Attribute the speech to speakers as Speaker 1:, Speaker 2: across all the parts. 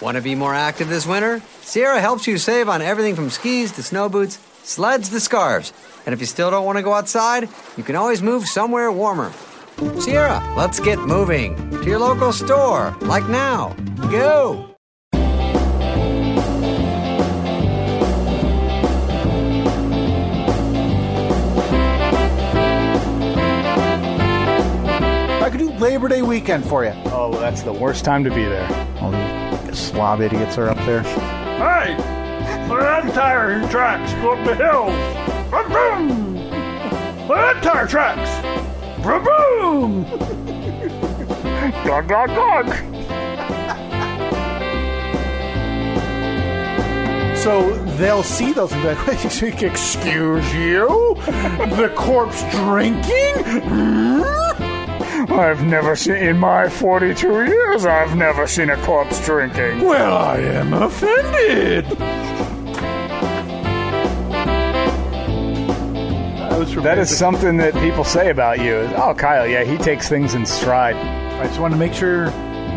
Speaker 1: Want to be more active this winter? Sierra helps you save on everything from skis to snow boots, sleds to scarves. And if you still don't want to go outside, you can always move somewhere warmer. Sierra, let's get moving to your local store, like now. Go!
Speaker 2: I could do Labor Day weekend for you.
Speaker 3: Oh, well, that's the worst time to be there.
Speaker 2: All the slob idiots are up there.
Speaker 4: Hey, look at that tire tracks go up the hill. Vroom, vroom. Look at that tire tracks. Vroom, vroom. dog, dog, dog.
Speaker 2: So they'll see those and be like, "Wait, excuse you? the corpse drinking? Hmm?
Speaker 3: I've never seen, in my 42 years, I've never seen a corpse drinking.
Speaker 2: Well, I am offended.
Speaker 3: That is something that people say about you. is, Oh, Kyle, yeah, he takes things in stride.
Speaker 2: I just wanted to make sure,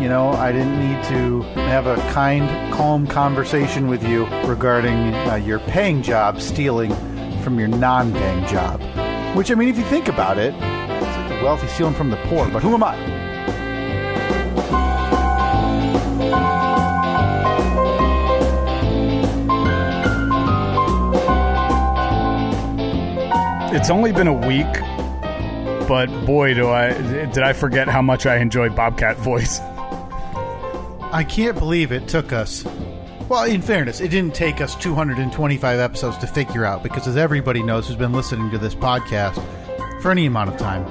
Speaker 2: you know, I didn't need to have a kind, calm conversation with you regarding uh, your paying job stealing from your non paying job. Which, I mean, if you think about it, it's like the wealthy stealing from the poor, but who am I?
Speaker 3: It's only been a week, but boy, do I did I forget how much I enjoy Bobcat voice.
Speaker 2: I can't believe it took us. Well, in fairness, it didn't take us 225 episodes to figure out because, as everybody knows who's been listening to this podcast for any amount of time,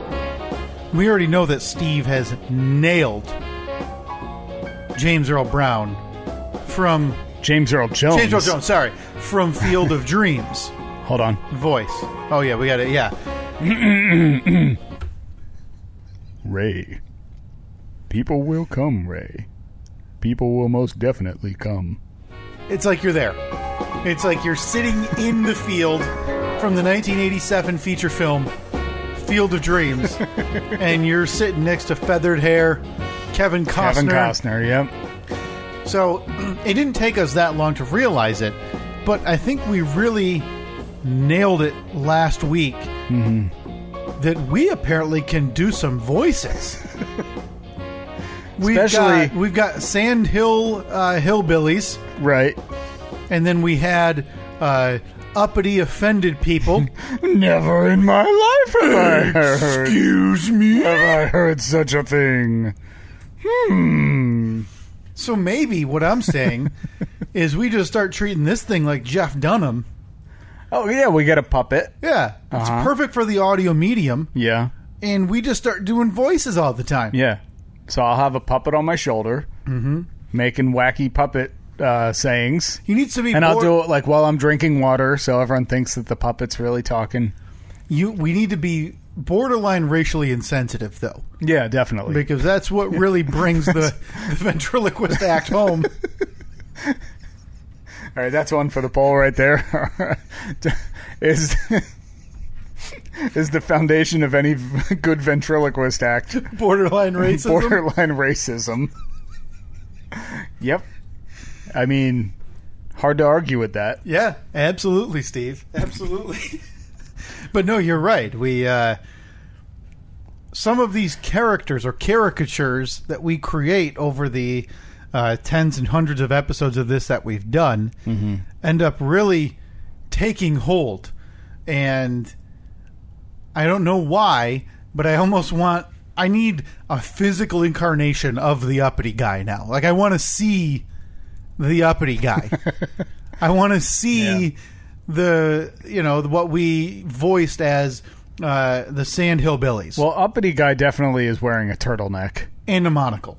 Speaker 2: we already know that Steve has nailed James Earl Brown from
Speaker 3: James Earl Jones.
Speaker 2: James Earl Jones. Sorry, from Field of Dreams
Speaker 3: Hold on.
Speaker 2: voice. Oh yeah, we got it. Yeah,
Speaker 3: Ray. People will come, Ray. People will most definitely come.
Speaker 2: it's like you're there. It's like you're sitting in the field from the 1987 feature film Field of Dreams, and you're sitting next to feathered hair Kevin Costner.
Speaker 3: Kevin Costner, yep.
Speaker 2: So it didn't take us that long to realize it, but I think we really nailed it last week
Speaker 3: Mm-hmm.
Speaker 2: that we apparently can do some voices. We've
Speaker 3: Especially-
Speaker 2: got, we've got Sand Hill uh, Hillbillies,
Speaker 3: Right.
Speaker 2: and then we had uh, uppity offended people.
Speaker 3: Never in my life have I heard. Excuse me? Have I heard such a thing? Hmm.
Speaker 2: so maybe what I'm saying is we just start treating this thing like Jeff Dunham.
Speaker 3: Oh yeah, we got a puppet.
Speaker 2: Yeah, it's
Speaker 3: Uh-huh.
Speaker 2: perfect for the audio medium,
Speaker 3: Yeah,
Speaker 2: and we just start doing voices all the time.
Speaker 3: yeah. So I'll have a puppet on my shoulder, mm-hmm. making wacky puppet uh, sayings,
Speaker 2: He needs to be.
Speaker 3: and I'll
Speaker 2: more-
Speaker 3: do it like while I'm drinking water, so everyone thinks that the puppet's really talking.
Speaker 2: You, we need to be borderline racially insensitive, though,
Speaker 3: Yeah, definitely.
Speaker 2: because that's what really brings the, the ventriloquist act home.
Speaker 3: All right, that's one for the poll right there. is is the foundation of any good ventriloquist act
Speaker 2: Borderline racism.
Speaker 3: borderline racism? yep. I mean, hard to argue with that.
Speaker 2: Yeah, absolutely, Steve. Absolutely. but no, you're right. We uh, some of these characters or caricatures that we create over the uh, tens and hundreds of episodes of this that we've done end up really taking hold, and I don't know why, but I almost want. I need a physical incarnation of the uppity guy now. Like I want to see the uppity guy. I want to see
Speaker 3: Yeah.
Speaker 2: the you know what we voiced as uh, the Sand Hillbillies
Speaker 3: Well, uppity guy definitely is wearing a turtleneck.
Speaker 2: and a monocle.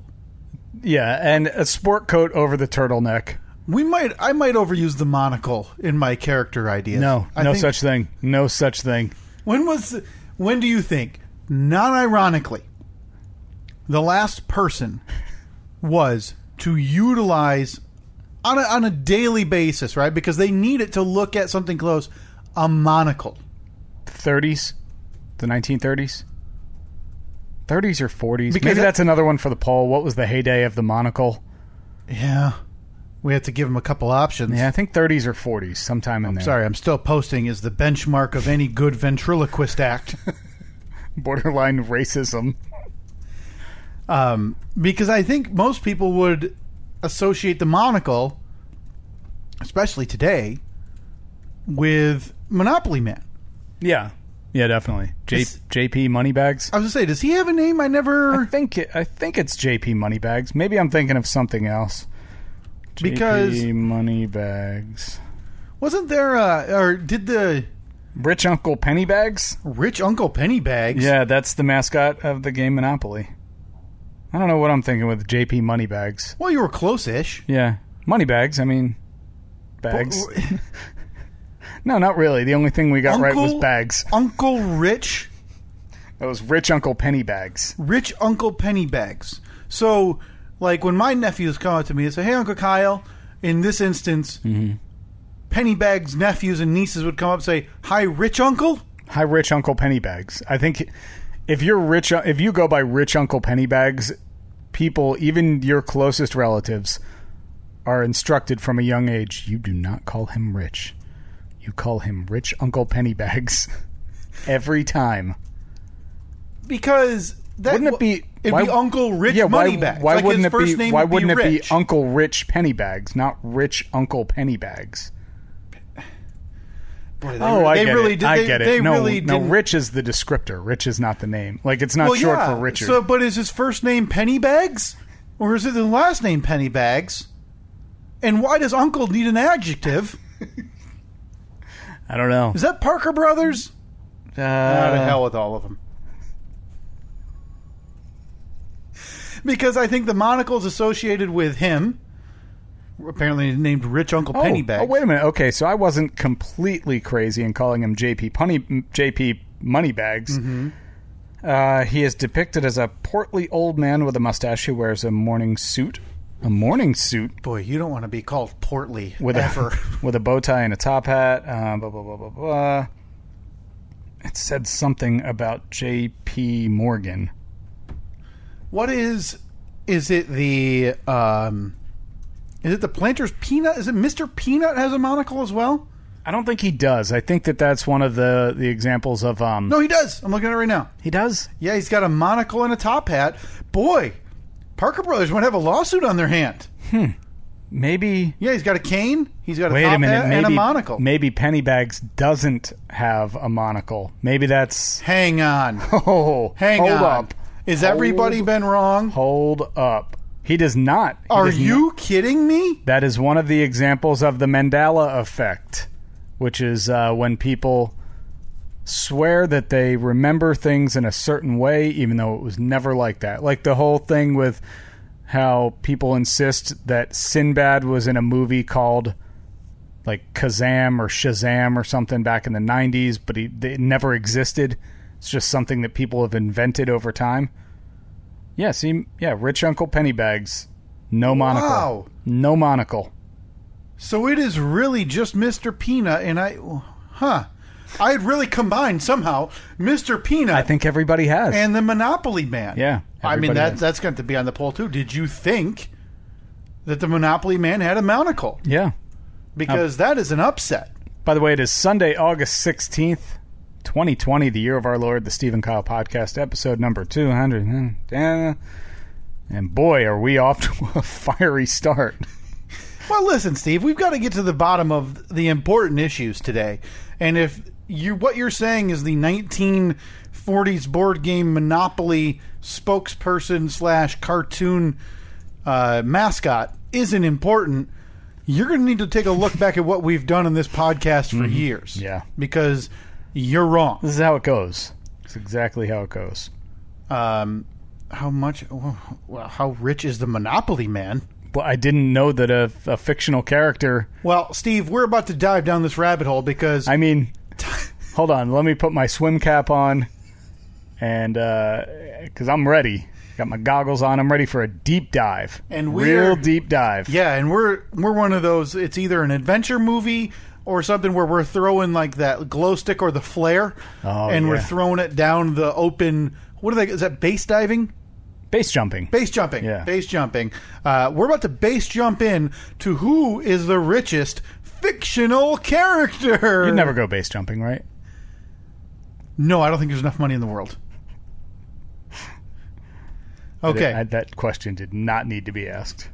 Speaker 3: Yeah, and a sport coat over the turtleneck.
Speaker 2: We might. I might overuse the monocle in my character ideas.
Speaker 3: No,
Speaker 2: I
Speaker 3: no
Speaker 2: think-
Speaker 3: such thing. No such thing.
Speaker 2: When was? the- When do you think? Not ironically, the last person was to utilize on a, on a daily basis, right? Because they need it to look at something close. A monocle.
Speaker 3: 30s, the 1930s, 30s or
Speaker 2: Because
Speaker 3: 40s. Maybe
Speaker 2: that-
Speaker 3: that's another one for the poll. What was the heyday of the monocle?
Speaker 2: Yeah, we have to give them a couple options.
Speaker 3: Yeah, I think 30s or 40s, sometime in there.
Speaker 2: Sorry, I'm still posting is the benchmark of any good ventriloquist act.
Speaker 3: borderline racism.
Speaker 2: um, because I think most people would associate the monocle, especially today, with Monopoly Man.
Speaker 3: Yeah, yeah, definitely. J-
Speaker 2: This-
Speaker 3: JP Moneybags.
Speaker 2: I was gonna say, does he have a name? I
Speaker 3: I
Speaker 2: never
Speaker 3: think it, I think it's JP Moneybags. Maybe I'm thinking of something else.
Speaker 2: Because-
Speaker 3: JP Moneybags.
Speaker 2: wasn't there, uh, or did the
Speaker 3: Rich Uncle Pennybags?
Speaker 2: rich Uncle Pennybags?
Speaker 3: Yeah, that's the mascot of the game Monopoly. I don't know what I'm thinking with JP Moneybags.
Speaker 2: Well, you were close-ish.
Speaker 3: Yeah, Moneybags. I mean, bags. No, not really. The only thing we got right was
Speaker 2: Uncle-
Speaker 3: bags.
Speaker 2: Uncle Rich,
Speaker 3: That was Rich Uncle Pennybags.
Speaker 2: rich Uncle Pennybags. So, like when my nephews come up to me and say, "Hey, Uncle Kyle," in this instance,
Speaker 3: Mm-hmm.
Speaker 2: Pennybags' nephews and nieces would come up and say, "Hi, rich Uncle."
Speaker 3: Hi, Rich Uncle Pennybags. I think if you're rich, if you go by Rich Uncle Pennybags, people, even your closest relatives, are instructed from a young age you do not call him rich. You call him Rich Uncle Pennybags every time.
Speaker 2: Because that
Speaker 3: Wouldn't it be?
Speaker 2: It'd
Speaker 3: why-
Speaker 2: be Uncle Rich
Speaker 3: yeah, why,
Speaker 2: Moneybags.
Speaker 3: Why
Speaker 2: Like, his
Speaker 3: wouldn't it
Speaker 2: first
Speaker 3: be?
Speaker 2: name
Speaker 3: why
Speaker 2: would be
Speaker 3: wouldn't it
Speaker 2: Rich.
Speaker 3: be Uncle Rich Pennybags, not Rich Uncle Pennybags?
Speaker 2: Boy, they
Speaker 3: Oh,
Speaker 2: re-
Speaker 3: I
Speaker 2: they
Speaker 3: get
Speaker 2: really
Speaker 3: it.
Speaker 2: Did,
Speaker 3: I
Speaker 2: they,
Speaker 3: get it.
Speaker 2: They
Speaker 3: no,
Speaker 2: really
Speaker 3: no,
Speaker 2: didn't-
Speaker 3: Rich is the descriptor. Rich is not the name. Like it's not
Speaker 2: Well,
Speaker 3: short
Speaker 2: yeah.
Speaker 3: for Richard.
Speaker 2: So, but is his first name Pennybags, or is it the last name Pennybags? And why does Uncle need an adjective?
Speaker 3: I don't know.
Speaker 2: Is that Parker Brothers?
Speaker 3: Uh,
Speaker 2: Out of hell with all of them. Because I think the monocle's associated with him. Apparently named Rich Uncle
Speaker 3: Oh,
Speaker 2: Pennybags.
Speaker 3: Oh, wait a minute. Okay, so I wasn't completely crazy in calling him JP Punny, JP Moneybags. Uh, he is depicted as a portly old man with a mustache who wears a morning suit. A morning suit
Speaker 2: Boy, you don't want to be called portly
Speaker 3: with
Speaker 2: ever.
Speaker 3: a with a bow tie and a top hat. Uh, blah blah blah blah blah. It said something about J.P. Morgan.
Speaker 2: What is is it the um is it the planter's peanut? Is it Mr. Peanut has a monocle as well?
Speaker 3: I don't think he does. I think that that's one of the the examples of um.
Speaker 2: No, he does. I'm looking at it right now.
Speaker 3: he does.
Speaker 2: Yeah, he's got a monocle and a top hat. Boy, Parker Brothers might have a lawsuit on their hand.
Speaker 3: Maybe
Speaker 2: Yeah, he's got a cane, he's got a
Speaker 3: Wait
Speaker 2: top
Speaker 3: a minute.
Speaker 2: hat
Speaker 3: Maybe,
Speaker 2: and a monocle.
Speaker 3: Maybe Pennybags doesn't have a monocle. Maybe that's.
Speaker 2: Hang on.
Speaker 3: Oh,
Speaker 2: Hang
Speaker 3: hold
Speaker 2: on.
Speaker 3: up.
Speaker 2: Is everybody
Speaker 3: Hold-
Speaker 2: been wrong?
Speaker 3: Hold up. He does not. He
Speaker 2: Are
Speaker 3: does
Speaker 2: you
Speaker 3: not-
Speaker 2: kidding me?
Speaker 3: That is one of the examples of the Mandela effect, which is uh, when people swear that they remember things in a certain way, even though it was never like that. Like the whole thing with how people insist that Sinbad was in a movie called like Kazam or Shazam or something back in the 90s, but he, it never existed. It's just something that people have invented over time. Yeah, see, yeah, Rich Uncle Pennybags, no monocle.
Speaker 2: Wow.
Speaker 3: No monocle.
Speaker 2: So it is really just Mr. Peanut and I huh. I had really combined somehow Mr. Peanut
Speaker 3: I think everybody has.
Speaker 2: and the Monopoly Man.
Speaker 3: Yeah,
Speaker 2: I mean
Speaker 3: everybody
Speaker 2: that
Speaker 3: has.
Speaker 2: that's going to be on the poll too. Did you think that the Monopoly Man had a monocle?
Speaker 3: yeah.
Speaker 2: Because
Speaker 3: Oh.
Speaker 2: that is an upset.
Speaker 3: By the way, it is Sunday, August 16th, 2020, the year of our Lord, the Stephen Kyle podcast, episode number 200. And boy, are we off to a fiery start.
Speaker 2: Well, listen, Steve, we've got to get to the bottom of the important issues today. And if you what you're saying is the 1940s board game Monopoly spokesperson slash cartoon uh, mascot isn't important, you're going to need to take a look back at what we've done in this podcast for years.
Speaker 3: Mm-hmm. Yeah.
Speaker 2: because you're wrong.
Speaker 3: This is how it goes. It's exactly how it goes.
Speaker 2: Um, how much well, how rich is the Monopoly man?
Speaker 3: Well, I didn't know that a, a fictional character.
Speaker 2: Well, Steve, we're about to dive down this rabbit hole because
Speaker 3: I mean, hold on. Let me put my swim cap on, and because I'm ready. Got my goggles on. I'm ready for a deep dive.
Speaker 2: And we're-
Speaker 3: real deep dive.
Speaker 2: yeah, and we're we're one of those. It's either an adventure movie or something where we're throwing like that glow stick or the flare,
Speaker 3: Oh,
Speaker 2: and we're
Speaker 3: yeah.
Speaker 2: throwing it down the open. What are they? Is that base diving?
Speaker 3: Base jumping.
Speaker 2: Base jumping.
Speaker 3: Yeah.
Speaker 2: Base jumping. Uh, we're about to base jump in to who is the richest fictional character.
Speaker 3: You'd never go base jumping, right?
Speaker 2: No, I don't think there's enough money in the world. Okay.
Speaker 3: That, that question did not need to be asked.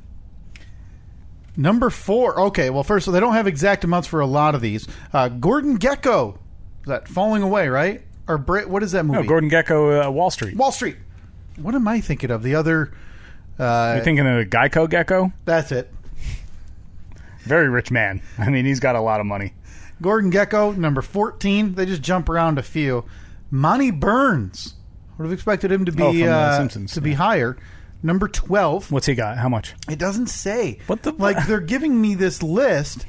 Speaker 2: Number four. Okay, well, first, so they don't have exact amounts for a lot of these. Uh, Gordon Gecko. Is that Falling Away, right? Or Brit? What is that movie?
Speaker 3: No, Gordon Gecko, uh, Wall Street.
Speaker 2: Wall Street. What am I thinking of? The other.
Speaker 3: You're thinking of a Geico Gecko?
Speaker 2: That's it.
Speaker 3: Very rich man. I mean, he's got a lot of money.
Speaker 2: Gordon Gecko, number 14. They just jump around a few. Monty Burns. Would have expected him to be
Speaker 3: Oh, from, uh,
Speaker 2: uh,
Speaker 3: Simpsons,
Speaker 2: to be
Speaker 3: yeah.
Speaker 2: higher. Number 12.
Speaker 3: What's he got? How much?
Speaker 2: It doesn't say.
Speaker 3: What the-
Speaker 2: Like they're giving me this list.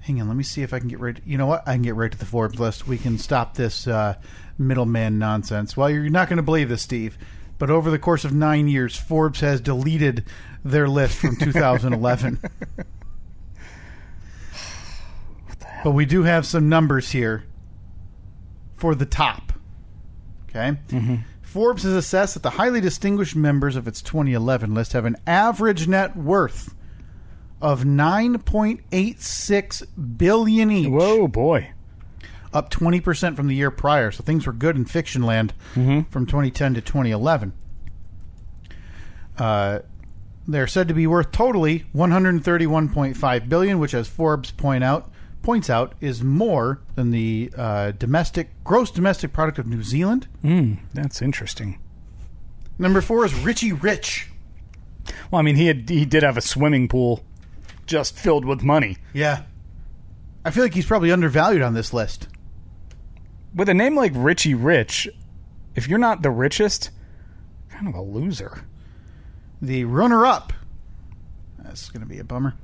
Speaker 2: Hang on, let me see if I can get right. You know what? I can get right to the Forbes list. We can stop this uh, middleman nonsense. Well, you're not going to believe this, Steve, but over the course of nine years, Forbes has deleted their list from 2011. but we do have some numbers here for the top. Okay. Forbes has assessed that the highly distinguished members of its 2011 list have an average net worth of 9.86 billion each,
Speaker 3: Whoa, boy.
Speaker 2: up 20% from the year prior. So things were good in fiction land from 2010 to 2011. Uh, they're said to be worth totally 131.5 billion, which, as Forbes point out, points out is more than the uh, domestic gross domestic product of New Zealand.
Speaker 3: That's interesting.
Speaker 2: Number four is Richie Rich.
Speaker 3: Well, I mean, he had, he did have a swimming pool just filled with money.
Speaker 2: Yeah. I feel like he's probably undervalued on this list.
Speaker 3: With a name like Richie Rich, if you're not the richest, kind of a loser.
Speaker 2: The runner up. That's going to be a bummer.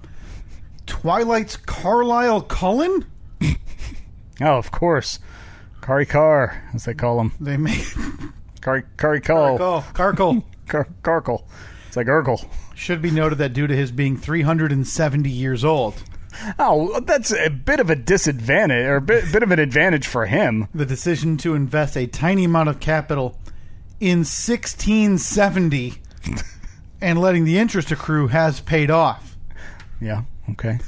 Speaker 2: Twilight's Carlisle Cullen?
Speaker 3: Oh, of course. Kari Carr, as they call him.
Speaker 2: They made.
Speaker 3: Kari, Kari Cole.
Speaker 2: Oh, Carkle.
Speaker 3: Car, Carkle. It's like Urkel.
Speaker 2: Should be noted that due to his being 370 years old,
Speaker 3: Oh, that's a bit of a disadvantage, or a bit, bit of an advantage for him.
Speaker 2: the decision to invest a tiny amount of capital in 1670 and letting the interest accrue has paid off.
Speaker 3: Yeah. Okay.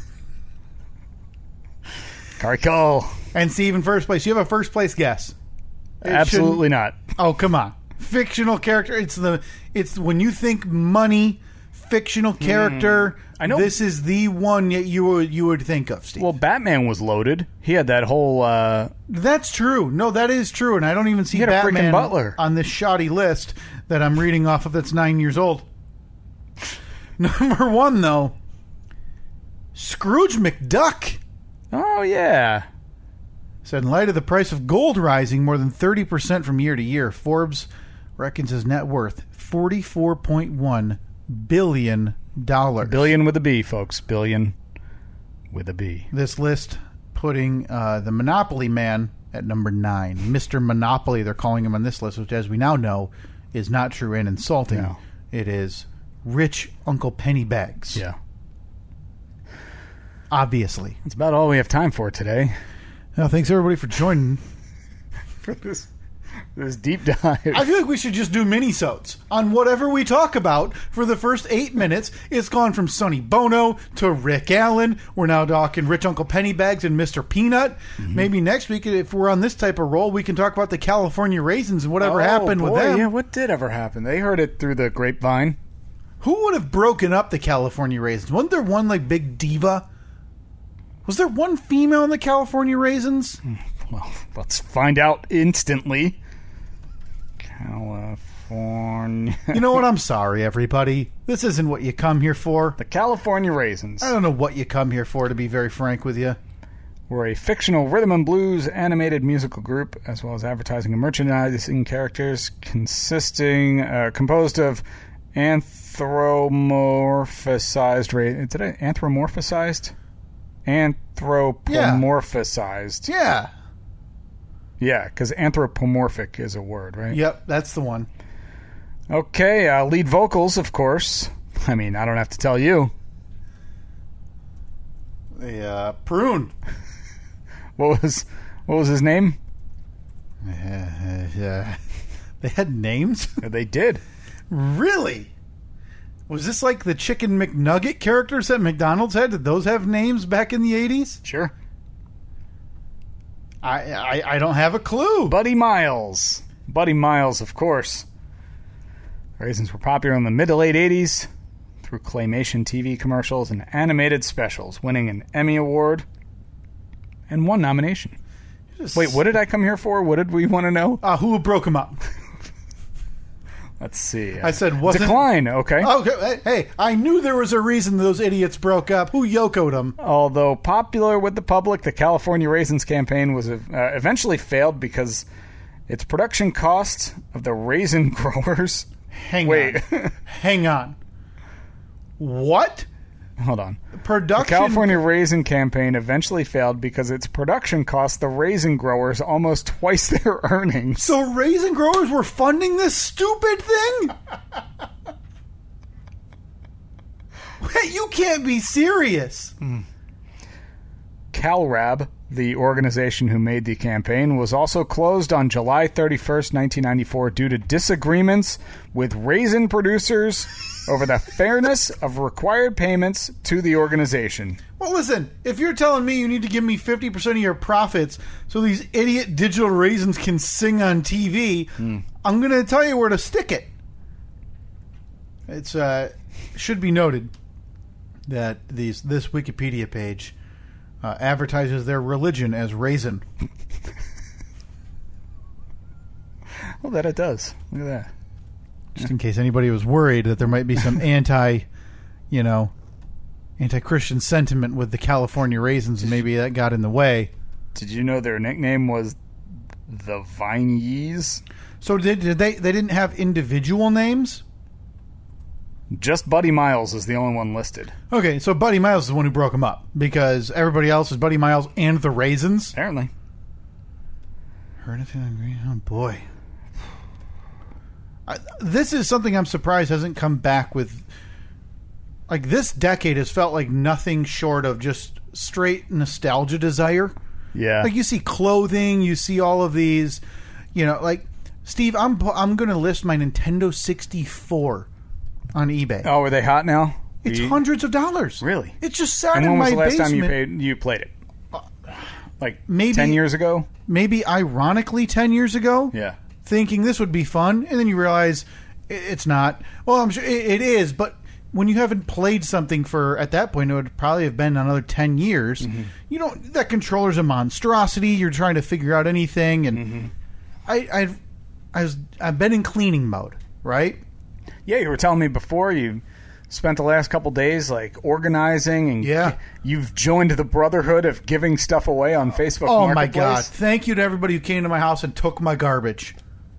Speaker 3: Carco.
Speaker 2: And Steve, in first place, you have a first place guess.
Speaker 3: Absolutely not.
Speaker 2: Oh come on, fictional character. It's the it's when you think money, fictional character.
Speaker 3: Hmm. I know-
Speaker 2: this is the one that you would you would think of, Steve.
Speaker 3: Well, Batman was loaded. He had that whole. Uh,
Speaker 2: that's true. No, that is true, and I don't even see
Speaker 3: had a freaking
Speaker 2: Batman
Speaker 3: butler.
Speaker 2: on this shoddy list that I'm reading off of. That's nine years old. Number one, though, Scrooge McDuck.
Speaker 3: oh yeah.
Speaker 2: Said in light of the price of gold rising more than 30% from year to year, Forbes reckons his net worth $44.1 billion.
Speaker 3: Billion with a B, folks. Billion with a B.
Speaker 2: This list putting uh, the Monopoly Man at number nine. Mr. Monopoly, they're calling him on this list, which, as we now know, is not true and insulting.
Speaker 3: No.
Speaker 2: It is rich Uncle Pennybags.
Speaker 3: Yeah.
Speaker 2: Obviously.
Speaker 3: That's about all we have time for today.
Speaker 2: Now, thanks everybody for joining.
Speaker 3: For this, this deep dive.
Speaker 2: I feel like we should just do mini-sodes on whatever we talk about for the first eight minutes. It's gone from Sonny Bono to Rick Allen. We're now talking Rich Uncle Pennybags and Mr. Peanut.
Speaker 3: Mm-hmm.
Speaker 2: Maybe next week, if we're on this type of roll, we can talk about the California Raisins and whatever
Speaker 3: Oh,
Speaker 2: happened
Speaker 3: boy,
Speaker 2: with them.
Speaker 3: Yeah, what did ever happen? They heard it through the grapevine.
Speaker 2: Who would have broken up the California Raisins? Wasn't there one like big diva? Was there one female in the California Raisins?
Speaker 3: Well, let's find out instantly. California.
Speaker 2: you know what? I'm sorry, everybody. This isn't what you come here for.
Speaker 3: The California raisins.
Speaker 2: I don't know what you come here for, to be very frank with you.
Speaker 3: We're a fictional rhythm and blues animated musical group, as well as advertising and merchandising characters consisting uh, composed of anthropomorphized. Ra- Did I anthropomorphized? Anthropomorphized.
Speaker 2: Yeah.
Speaker 3: Yeah, because anthropomorphic is a word, right?
Speaker 2: Yep, that's the one.
Speaker 3: Okay, uh, lead vocals, of course. I mean, I don't have to tell you.
Speaker 2: The uh, prune.
Speaker 3: What was what was his name?
Speaker 2: Yeah. uh, They had names?
Speaker 3: They did.
Speaker 2: really? Was this like the chicken McNugget characters that McDonald's had? Did those have names back in the 80s?
Speaker 3: Sure.
Speaker 2: I I, I don't have a clue.
Speaker 3: Buddy Miles. Buddy Miles, of course. Raisins were popular in the mid to late 80s through claymation TV commercials and animated specials, winning an Emmy Award and one nomination. Wait, what did I come here for? What did we want to know?
Speaker 2: Uh, who broke him up?
Speaker 3: Let's see.
Speaker 2: I said, wasn't- Oh.
Speaker 3: Decline, okay.
Speaker 2: Okay, hey, I knew there was a reason those idiots broke up. Who yokoed them?
Speaker 3: Although popular with the public, the California Raisins campaign was uh, eventually failed because its production cost of the raisin growers.
Speaker 2: Hang
Speaker 3: Wait.
Speaker 2: on. Hang on. What?
Speaker 3: Hold on.
Speaker 2: Production.
Speaker 3: The California raisin campaign eventually failed because its production cost the raisin growers almost twice their earnings.
Speaker 2: So raisin growers were funding this stupid thing? Wait, you can't be serious.
Speaker 3: CalRab, the organization who made the campaign, was also closed on July 31st, 1994, due to disagreements with raisin producers over the fairness of required payments to the organization.
Speaker 2: Well, listen, if you're telling me you need to give me 50% of your profits so these idiot digital raisins can sing on TV, I'm going to tell you where to stick it. It's uh should be noted that these this Wikipedia page uh, advertises their religion as raisin.
Speaker 3: Oh, that it does. Look at that.
Speaker 2: just in case anybody was worried that there might be some anti, you know, anti-Christian sentiment with the California raisins, and maybe that got in the way.
Speaker 3: Did you know their nickname was the Vine Yees?
Speaker 2: So did, did they? They didn't have individual names.
Speaker 3: Just Buddy Miles is the only one listed.
Speaker 2: Okay, so Buddy Miles is the one who broke them up because everybody else is Buddy Miles and the Raisins.
Speaker 3: Apparently.
Speaker 2: Heard of him? agree? Oh boy, I, this is something I'm surprised hasn't come back with. Like this decade has felt like nothing short of just straight nostalgia desire.
Speaker 3: Yeah.
Speaker 2: like you see clothing, you see all of these, you know, like Steve, I'm pu- I'm going to list my Nintendo 64 on eBay.
Speaker 3: oh, are they hot now?
Speaker 2: it's
Speaker 3: You-
Speaker 2: hundreds of dollars.
Speaker 3: Really?
Speaker 2: It's just sat
Speaker 3: And
Speaker 2: in
Speaker 3: when was
Speaker 2: my
Speaker 3: the last
Speaker 2: basement. Uh,
Speaker 3: time you paid you played it? Like
Speaker 2: Maybe-
Speaker 3: ten years ago?
Speaker 2: Maybe ironically 10 years ago.
Speaker 3: Yeah.
Speaker 2: Thinking this would be fun and then you realize i- it's not. Well, I'm sure i- it is, but when you haven't played something for at that point it would probably have been another 10 years. You don't that controller's a monstrosity. You're trying to figure out anything and I I've I was I've been in cleaning mode, right?
Speaker 3: Yeah, you were telling me before you spent the last couple days like organizing and
Speaker 2: Yeah.
Speaker 3: you've joined the brotherhood of giving stuff away on Facebook
Speaker 2: Oh my
Speaker 3: Marketplace.
Speaker 2: god. Thank you to everybody who came to my house and took my garbage.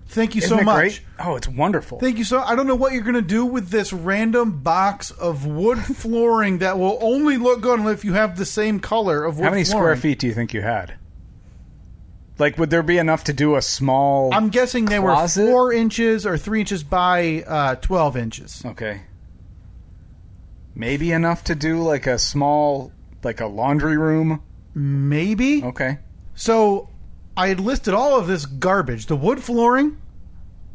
Speaker 2: Thank you
Speaker 3: Isn't
Speaker 2: so
Speaker 3: it
Speaker 2: much.
Speaker 3: great? Oh, it's wonderful.
Speaker 2: Thank you so. I don't know what you're going to do with this random box of wood flooring that will only look good if you have the same color of wood
Speaker 3: How many
Speaker 2: flooring.
Speaker 3: square feet do you think you had? Like would there be enough to do a small
Speaker 2: I'm guessing they
Speaker 3: Closet?
Speaker 2: were four inches or three inches by uh, twelve inches.
Speaker 3: Okay. Maybe enough to do like a small like a laundry room.
Speaker 2: Maybe.
Speaker 3: Okay.
Speaker 2: So I had listed all of this garbage: the wood flooring,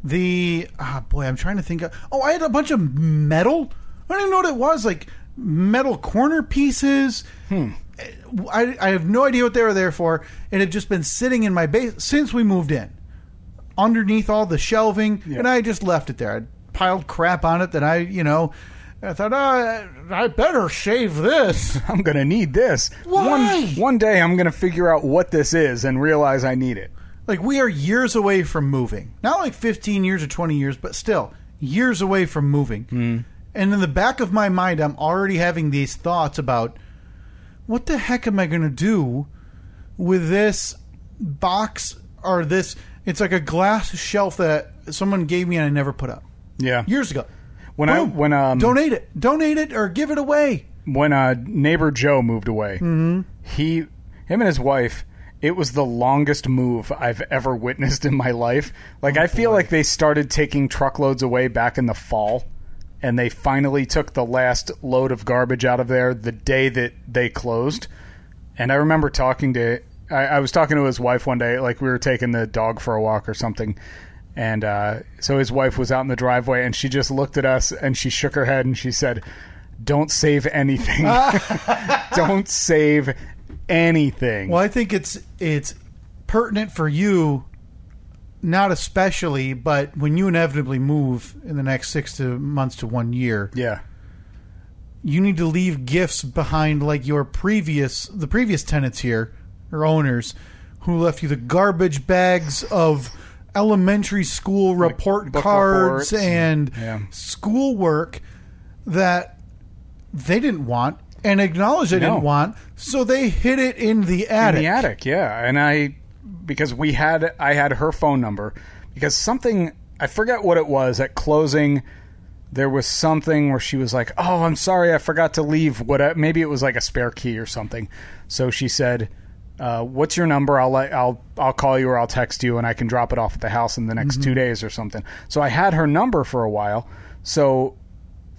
Speaker 2: the ah boy, I'm trying to think. Of, oh, I had a bunch of metal. I don't even know what it was. Like metal corner pieces. Hmm. I, I have no idea what they were there for. It had just been sitting in my base since we moved in, underneath all the shelving, and I just left it there. I piled crap on it that I, you know, I thought, ah, I better shave this.
Speaker 3: I'm gonna need this.
Speaker 2: Why?
Speaker 3: One, one day I'm gonna figure out what this is and realize I need it.
Speaker 2: like we are years away from moving not like 15 years or 20 years but still years away from moving
Speaker 3: Mm.
Speaker 2: and in the back of my mind i'm already having these thoughts about what the heck am i going to do with this box or this. It's like a glass shelf that someone gave me and I never put up
Speaker 3: Yeah.
Speaker 2: years ago.
Speaker 3: when I
Speaker 2: Boom.
Speaker 3: when um
Speaker 2: donate it, donate it, or give it away.
Speaker 3: when uh neighbor Joe moved away, he him and his wife. It was the longest move I've ever witnessed in my life. Like I feel like they started taking truckloads away back in the fall, and they finally took the last load of garbage out of there the day that they closed. And I remember talking to I, I was talking to his wife one day, like we were taking the dog for a walk or something. And uh, so his wife was out in the driveway, and she just looked at us and she shook her head and she said, "Don't save anything. Don't save anything."
Speaker 2: Well, I think it's it's pertinent for you, not especially, but when you inevitably move in the next six to months to one year,
Speaker 3: Yeah,
Speaker 2: you need to leave gifts behind, like your previous the previous tenants here or owners, who left you the garbage bags of elementary school report
Speaker 3: book
Speaker 2: cards
Speaker 3: reports
Speaker 2: and
Speaker 3: and- yeah.
Speaker 2: schoolwork that they didn't want and acknowledge they
Speaker 3: No.
Speaker 2: didn't want, so they hid it in the attic.
Speaker 3: in the attic. Yeah, and I because we had I had her phone number because something I forget what it was at closing. There was something where she was like, "Oh, I'm sorry, I forgot to leave." What I, maybe it was like a spare key or something. So she said, uh, "What's your number? I'll let, I'll I'll call you or I'll text you, and I can drop it off at the house in the next two days or something." So I had her number for a while. So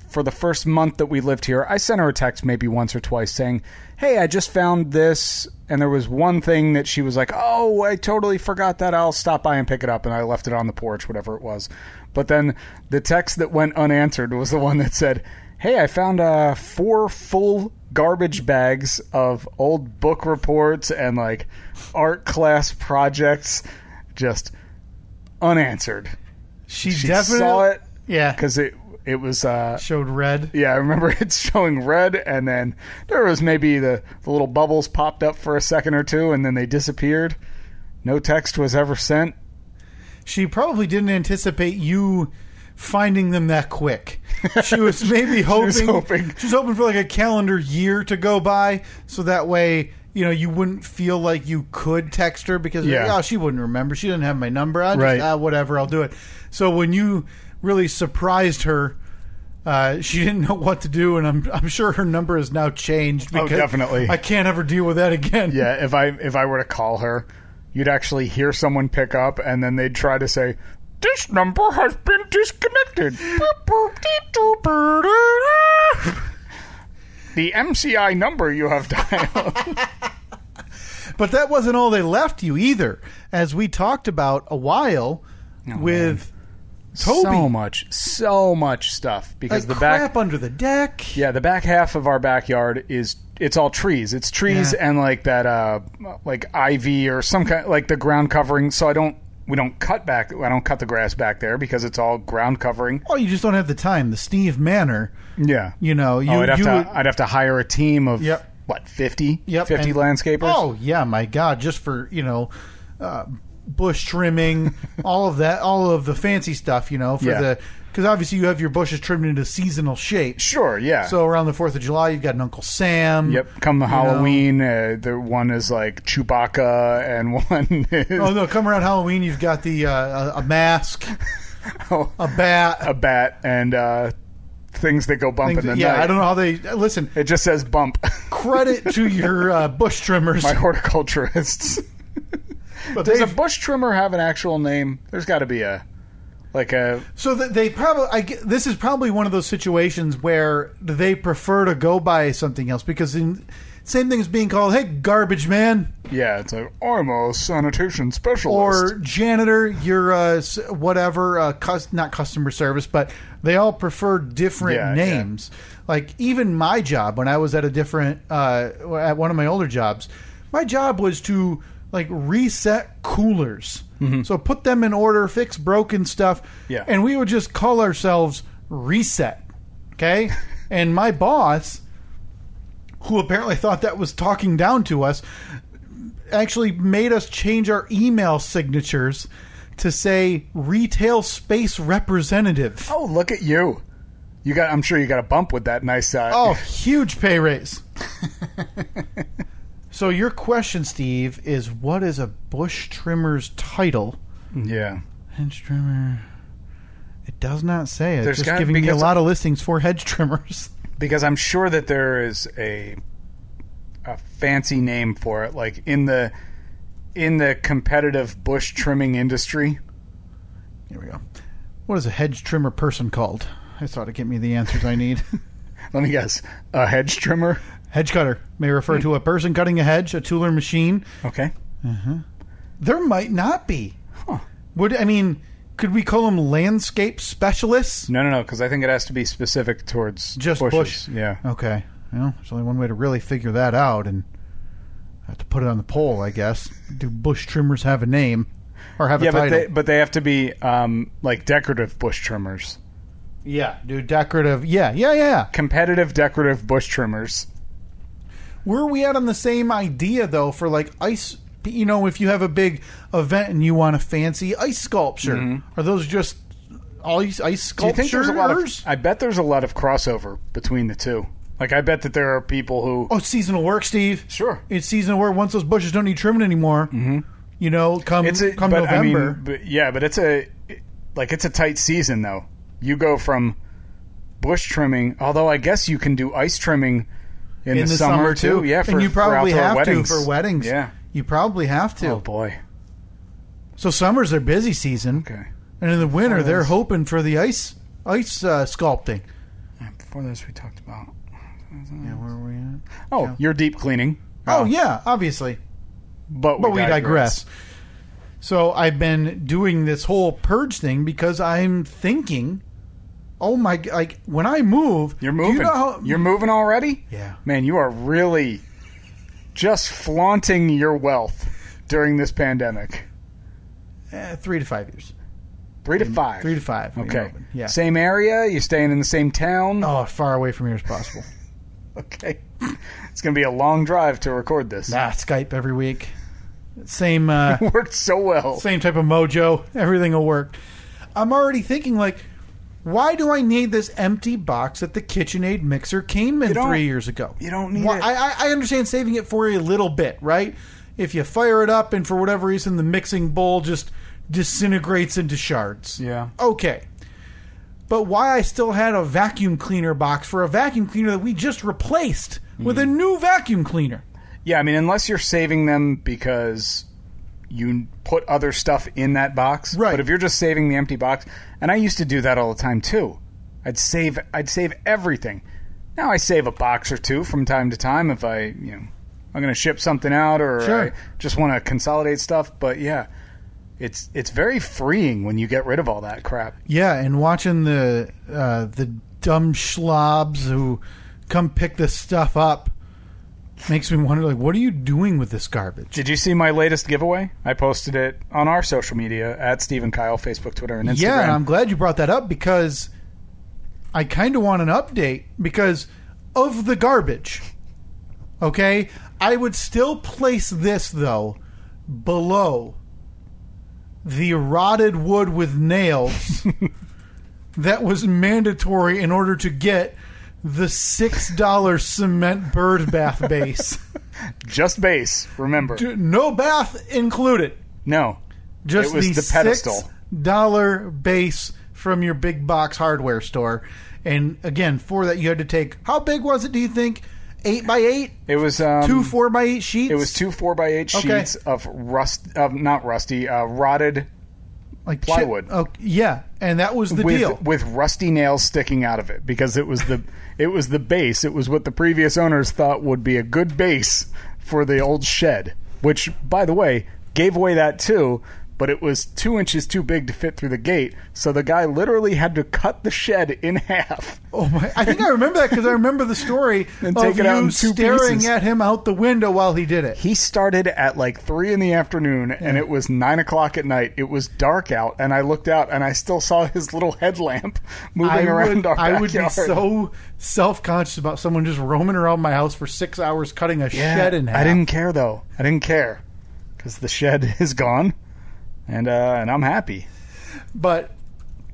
Speaker 3: for the first month that we lived here, I sent her a text maybe once or twice saying, Hey, I just found this. And there was one thing that she was like, Oh, I totally forgot that. I'll stop by and pick it up. And I left it on the porch, whatever it was. But then the text that went unanswered was the one that said, Hey, I found uh, four full garbage bags of old book reports and like art class projects just unanswered.
Speaker 2: She,
Speaker 3: She
Speaker 2: definitely
Speaker 3: saw it
Speaker 2: Yeah,
Speaker 3: because it, it was. Uh,
Speaker 2: showed red.
Speaker 3: yeah, I remember it's showing red, and then there was maybe the, the little bubbles popped up for a second or two, and then they disappeared. No text was ever sent.
Speaker 2: She probably didn't anticipate you finding them that quick. She was maybe hoping,
Speaker 3: was hoping.
Speaker 2: she was hoping for like a calendar year to go by, so that way you know you wouldn't feel like you could text her because
Speaker 3: Yeah.
Speaker 2: oh she wouldn't remember she didn't have my number I just
Speaker 3: Right.
Speaker 2: ah, whatever I'll do it. So when you really surprised her. Uh, she didn't know what to do, and I'm I'm sure her number has now changed.
Speaker 3: Oh,
Speaker 2: Because
Speaker 3: definitely.
Speaker 2: I can't ever deal with that again.
Speaker 3: Yeah, if I if I were to call her, you'd actually hear someone pick up, and then they'd try to say, "This number has been disconnected." Boop, boop, dee, doo, boo, doo, doo. the MCI number you have dialed.
Speaker 2: But that wasn't all they left you either, as we talked about a while
Speaker 3: Oh,
Speaker 2: with Toby.
Speaker 3: So much, so much stuff because
Speaker 2: like
Speaker 3: the back
Speaker 2: crap under the deck.
Speaker 3: Yeah, the back half of our backyard is it's all trees. It's trees
Speaker 2: Yeah.
Speaker 3: and like that uh like ivy or some kind like the ground covering so I don't we don't cut back I don't cut the grass back there because it's all ground covering.
Speaker 2: Oh, you just don't have the time. The Steve Manor,
Speaker 3: Yeah.
Speaker 2: you know, you,
Speaker 3: oh, I'd have
Speaker 2: you
Speaker 3: to
Speaker 2: would-
Speaker 3: I'd have to hire a team of
Speaker 2: Yep.
Speaker 3: what, 50?
Speaker 2: Yep,
Speaker 3: 50
Speaker 2: and-
Speaker 3: landscapers?
Speaker 2: Oh yeah, my God! Just for you know, uh, bush trimming, all of that, all of the fancy stuff, you know, for
Speaker 3: Yeah.
Speaker 2: the because obviously you have your bushes trimmed into seasonal shape.
Speaker 3: Sure, yeah.
Speaker 2: So around the Fourth of July, you've got an Uncle Sam.
Speaker 3: Yep. Come
Speaker 2: you know.
Speaker 3: Halloween, uh, the one is like Chewbacca, and one is
Speaker 2: Oh no! Come around Halloween, you've got the uh, a, a mask,
Speaker 3: Oh.
Speaker 2: a bat,
Speaker 3: a bat, and uh, things that go bump
Speaker 2: Things-
Speaker 3: in the
Speaker 2: yeah,
Speaker 3: night.
Speaker 2: I don't know how they uh, listen.
Speaker 3: It just says bump.
Speaker 2: Credit to your uh, bush trimmers,
Speaker 3: my horticulturists.
Speaker 2: but
Speaker 3: Does
Speaker 2: they
Speaker 3: a bush trimmer have an actual name? There's got to be a like a
Speaker 2: so that they probably. I, ge- this is probably one of those situations where they prefer to go by something else because in, same thing as being called "Hey, garbage man"
Speaker 3: yeah. It's a I'm a sanitation specialist.
Speaker 2: or "Janitor," you're uh, s- whatever, uh, cus- not customer service, but they all prefer different
Speaker 3: Yeah, yeah.
Speaker 2: names. Like even my job when I was at a different uh, at one of my older jobs, my job was to like reset coolers. So put them in order, fix broken stuff.
Speaker 3: Yeah.
Speaker 2: And we would just call ourselves reset. Okay? and my boss, who apparently thought that was talking down to us, actually made us change our email signatures to say retail space representative.
Speaker 3: oh, look at you! You got. Oh. I'm sure you got a bump with that nice. Uh,
Speaker 2: Oh, huge pay raise. So your question, Steve, is what is a bush trimmer's title?
Speaker 3: Yeah.
Speaker 2: Hedge trimmer. It does not say it.
Speaker 3: There's
Speaker 2: just
Speaker 3: gotta-
Speaker 2: giving me a
Speaker 3: because-
Speaker 2: lot of listings for hedge trimmers.
Speaker 3: because I'm sure that there is a a fancy name for it, like in the in the competitive bush trimming industry.
Speaker 2: Here we go. What is a hedge trimmer person called? I thought to get me the answers I need.
Speaker 3: Let me guess, a hedge trimmer.
Speaker 2: hedge cutter may refer to a person cutting a hedge, a tool or machine.
Speaker 3: Okay,
Speaker 2: There might not be. Would I mean? Could we call them landscape specialists?
Speaker 3: no, no, no, because I think it has to be specific towards
Speaker 2: Just
Speaker 3: bushes.
Speaker 2: bush.
Speaker 3: Yeah,
Speaker 2: Okay. Well, there's only one way to really figure that out, and I have to put it on the poll, I guess. Do bush trimmers have a name or have
Speaker 3: yeah,
Speaker 2: a
Speaker 3: but
Speaker 2: title?
Speaker 3: they but they have to be um, like decorative bush trimmers,
Speaker 2: yeah, do decorative. Yeah, yeah, yeah.
Speaker 3: competitive decorative bush trimmers.
Speaker 2: Were we at on the same idea though for like ice? You know, if you have a big event and you want a fancy ice sculpture, are those just ice ice
Speaker 3: Mm-hmm. Do you
Speaker 2: sculptures?
Speaker 3: think there's a lot of? I bet there's a lot of crossover between the two. Like I bet that there are people who
Speaker 2: oh, it's seasonal work, Steve.
Speaker 3: Sure. Mm-hmm.
Speaker 2: it's seasonal work. Once those bushes don't need trimming anymore, you know, come
Speaker 3: it's a,
Speaker 2: come
Speaker 3: but,
Speaker 2: November.
Speaker 3: I mean, but, yeah, but it's a like it's a tight season though. You go from bush trimming, although I guess you can do ice trimming in,
Speaker 2: in the, summer, too.
Speaker 3: Yeah, for
Speaker 2: and you
Speaker 3: for
Speaker 2: probably
Speaker 3: outdoor
Speaker 2: have
Speaker 3: weddings.
Speaker 2: to for weddings.
Speaker 3: Yeah.
Speaker 2: you probably have to.
Speaker 3: Oh boy.
Speaker 2: So summer's their busy season,
Speaker 3: Okay.
Speaker 2: and in the winter
Speaker 3: Oh,
Speaker 2: they're
Speaker 3: that's-
Speaker 2: hoping for the ice ice uh, sculpting.
Speaker 3: Before this, we talked about.
Speaker 2: Yeah, where were we at?
Speaker 3: Oh, your deep cleaning. Uh,
Speaker 2: Oh yeah, obviously.
Speaker 3: but we
Speaker 2: but we digress. So I've been doing this whole purge thing because I'm thinking, oh my, g- like when I move,
Speaker 3: You're
Speaker 2: do
Speaker 3: moving.
Speaker 2: You know how,
Speaker 3: You're moving already.
Speaker 2: yeah.
Speaker 3: Man, you are really just flaunting your wealth during this pandemic.
Speaker 2: Eh, three to five years,
Speaker 3: Three to five.
Speaker 2: Mm, three to five. when you're
Speaker 3: Okay.
Speaker 2: moving. yeah.
Speaker 3: Same area. You're staying in the same town.
Speaker 2: Oh, as far away from here as possible.
Speaker 3: Okay. It's going to be a long drive to record this.
Speaker 2: nah, Skype every week. Same. Uh,
Speaker 3: Worked so well.
Speaker 2: same type of mojo. Everything will work. I'm already thinking like, why do I need this empty box that the KitchenAid mixer came in
Speaker 3: don't-
Speaker 2: three years ago?
Speaker 3: you don't need
Speaker 2: Why-
Speaker 3: it.
Speaker 2: I, I I understand saving it for a little bit, right? If you fire it up and for whatever reason the mixing bowl just disintegrates into shards.
Speaker 3: Yeah.
Speaker 2: Okay. But why I still had a vacuum cleaner box for a vacuum cleaner that we just replaced with
Speaker 3: Hmm.
Speaker 2: a new vacuum cleaner.
Speaker 3: Yeah, I mean, unless you're saving them because you put other stuff in that box.
Speaker 2: Right.
Speaker 3: But if you're just saving the empty box, and I used to do that all the time too. I'd save. I'd save everything. Now I save a box or two from time to time if I, you know, I'm going to ship something out or
Speaker 2: Sure.
Speaker 3: I just want to consolidate stuff. But yeah, it's it's very freeing when you get rid of all that crap.
Speaker 2: Yeah, and watching the uh, the dumb schlobs who come pick this stuff up makes me wonder, like, what are you doing with this garbage?
Speaker 3: Did you see my latest giveaway? I posted it on our social media at Stephen Kyle, Facebook, Twitter, and Instagram.
Speaker 2: Yeah, and I'm glad you brought that up because I kind of want an update because of the garbage. Okay, I would still place this though below the rotted wood with nails that was mandatory in order to get the six dollar cement bird bath base.
Speaker 3: just base. Remember,
Speaker 2: no bath included.
Speaker 3: no,
Speaker 2: Just
Speaker 3: It was
Speaker 2: the,
Speaker 3: the pedestal.
Speaker 2: six dollar base from your big box hardware store. And again, for that you had to take how big was it? Do you think eight by eight,
Speaker 3: it was um,
Speaker 2: two four by eight sheets?
Speaker 3: It was two four by eight
Speaker 2: Okay.
Speaker 3: sheets of rust, of not rusty, uh, rotted
Speaker 2: like chip-
Speaker 3: plywood.
Speaker 2: oh, yeah, and that was the
Speaker 3: with
Speaker 2: deal.
Speaker 3: with rusty nails sticking out of it because it was the it was the base. It was what the previous owners thought would be a good base for the old shed, which by the way gave away that too. But it was two inches too big to fit through the gate, so the guy literally had to cut the shed in half.
Speaker 2: oh my! I think I remember that because I remember the story
Speaker 3: And
Speaker 2: of
Speaker 3: take it out
Speaker 2: you
Speaker 3: in two
Speaker 2: staring
Speaker 3: pieces.
Speaker 2: at him out the window while he did it.
Speaker 3: He started at like three in the afternoon, and it was nine o'clock at night. It was dark out, and I looked out, and I still saw his little headlamp moving
Speaker 2: I
Speaker 3: around
Speaker 2: would,
Speaker 3: our
Speaker 2: I would be
Speaker 3: backyard.
Speaker 2: so self conscious about someone just roaming around my house for six hours cutting a
Speaker 3: Yeah,
Speaker 2: shed in half.
Speaker 3: I didn't care though. I didn't care because the shed is gone, and uh, and I'm happy.
Speaker 2: But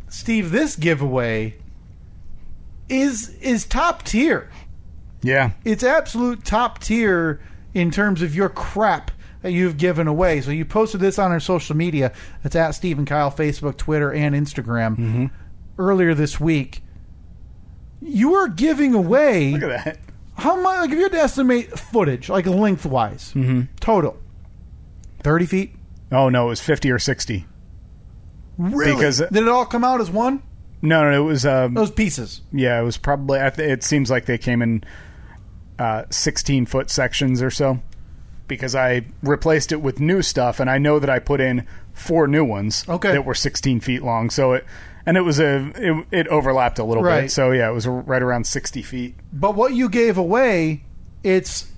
Speaker 2: Steve, this giveaway is is top tier.
Speaker 3: Yeah,
Speaker 2: It's absolute top tier in terms of your crap that you've given away. So you posted this on our social media. It's at Stephen Kyle, Facebook, Twitter, and Instagram
Speaker 3: Mm-hmm.
Speaker 2: earlier this week. You are giving away
Speaker 3: Look at that.
Speaker 2: how much? Like if you had to estimate footage, like lengthwise,
Speaker 3: Mm-hmm.
Speaker 2: total, thirty feet.
Speaker 3: Oh no, it was fifty or sixty.
Speaker 2: Really?
Speaker 3: Because-
Speaker 2: did it all come out as one?
Speaker 3: No, no, it was. Um,
Speaker 2: Those pieces.
Speaker 3: yeah, it was probably. I th- it seems like they came in uh, sixteen foot sections or so, because I replaced it with new stuff, and I know that I put in four new ones
Speaker 2: Okay.
Speaker 3: that were sixteen feet long. So it and it was a it, it overlapped a little
Speaker 2: Right.
Speaker 3: bit. So yeah, it was right around sixty feet.
Speaker 2: But what you gave away, it's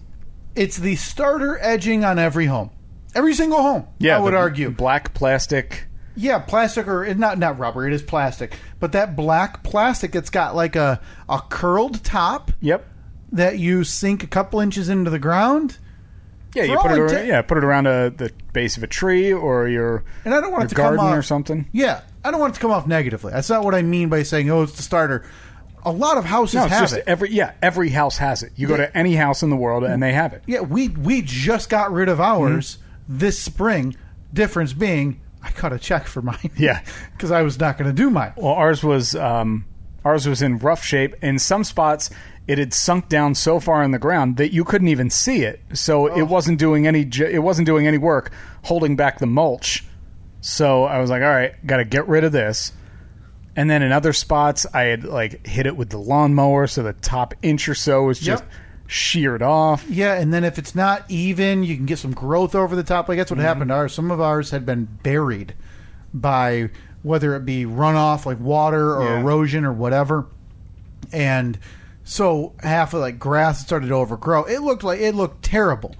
Speaker 2: it's the starter edging on every home, every single home.
Speaker 3: Yeah,
Speaker 2: I would
Speaker 3: the
Speaker 2: argue.
Speaker 3: black plastic.
Speaker 2: Yeah, plastic or it's not not rubber. It is plastic, but that black plastic, it's got like a a curled top
Speaker 3: Yep.
Speaker 2: that you sink a couple inches into the ground.
Speaker 3: Yeah,
Speaker 2: For
Speaker 3: you
Speaker 2: all
Speaker 3: put it.
Speaker 2: inte-
Speaker 3: Around, yeah, put it around a, the base of a tree or your
Speaker 2: And I don't want
Speaker 3: your
Speaker 2: it to come
Speaker 3: garden
Speaker 2: off-
Speaker 3: or something.
Speaker 2: Yeah, I don't want it to come off negatively. That's not what I mean by saying oh it's the starter. A lot of houses
Speaker 3: No, it's
Speaker 2: have
Speaker 3: just
Speaker 2: it.
Speaker 3: every yeah, every house has it. You go to any house in the world and they have it.
Speaker 2: yeah, we we just got rid of ours this spring. Difference being, I cut a check for mine.
Speaker 3: Yeah.
Speaker 2: because I was not going to do mine.
Speaker 3: Well, ours was um, ours was in rough shape. In some spots, it had sunk down so far in the ground that you couldn't even see it.
Speaker 2: Oh.
Speaker 3: So it wasn't doing any ju- it wasn't doing any work holding back the mulch. So I was like, all right, got to get rid of this. And then in other spots, I had like hit it with the lawnmower, so the top inch or so was just
Speaker 2: Yep.
Speaker 3: sheared off.
Speaker 2: Yeah, and then if it's not even, you can get some growth over the top. Like that's what
Speaker 3: Mm-hmm.
Speaker 2: happened to ours. Some of ours had been buried by whether it be runoff, like water or
Speaker 3: Yeah.
Speaker 2: erosion or whatever. And so half of like grass started to overgrow. It looked like it looked terrible.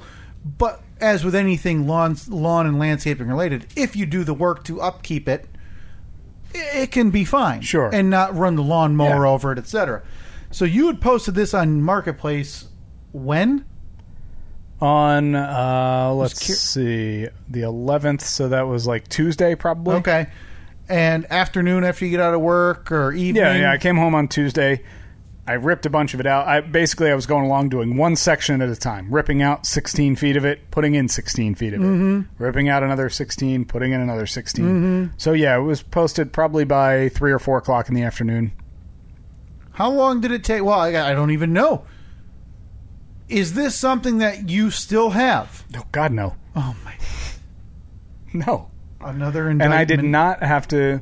Speaker 2: But as with anything lawn lawn and landscaping related, if you do the work to upkeep it, i- it can be fine.
Speaker 3: Sure.
Speaker 2: And not run the lawnmower
Speaker 3: Yeah.
Speaker 2: over it, etc. So you had posted this on Marketplace when?
Speaker 3: on uh let's
Speaker 2: cur-
Speaker 3: see the 11th so that was like tuesday probably
Speaker 2: Okay. And afternoon after you get out of work or evening.
Speaker 3: yeah yeah i came home on tuesday i ripped a bunch of it out i basically i was going along doing one section at a time ripping out 16 feet of it putting in 16 feet of
Speaker 2: Mm-hmm.
Speaker 3: it ripping out another 16 putting in another 16 so yeah it was posted probably by three or four o'clock in the afternoon
Speaker 2: How long did it take? Well, I, I don't even know. Is this something that you still have?
Speaker 3: oh god no
Speaker 2: Oh my!
Speaker 3: no
Speaker 2: Another
Speaker 3: and
Speaker 2: indictment.
Speaker 3: I did not have to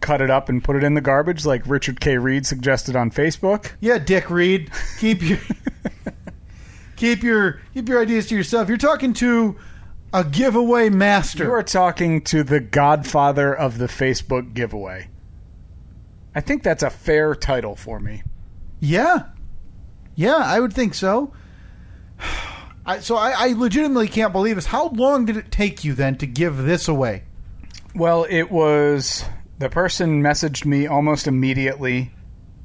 Speaker 3: cut it up and put it in the garbage like Richard K. Reed suggested on Facebook.
Speaker 2: Yeah, Dick Reed, keep your keep your keep your ideas to yourself. You're talking to a giveaway master.
Speaker 3: You are talking to the godfather of the Facebook giveaway. I think that's a fair title for me.
Speaker 2: Yeah, yeah, I would think so. I, so I, I legitimately can't believe this. How long did it take you then to give this away?
Speaker 3: Well, it was the person messaged me almost immediately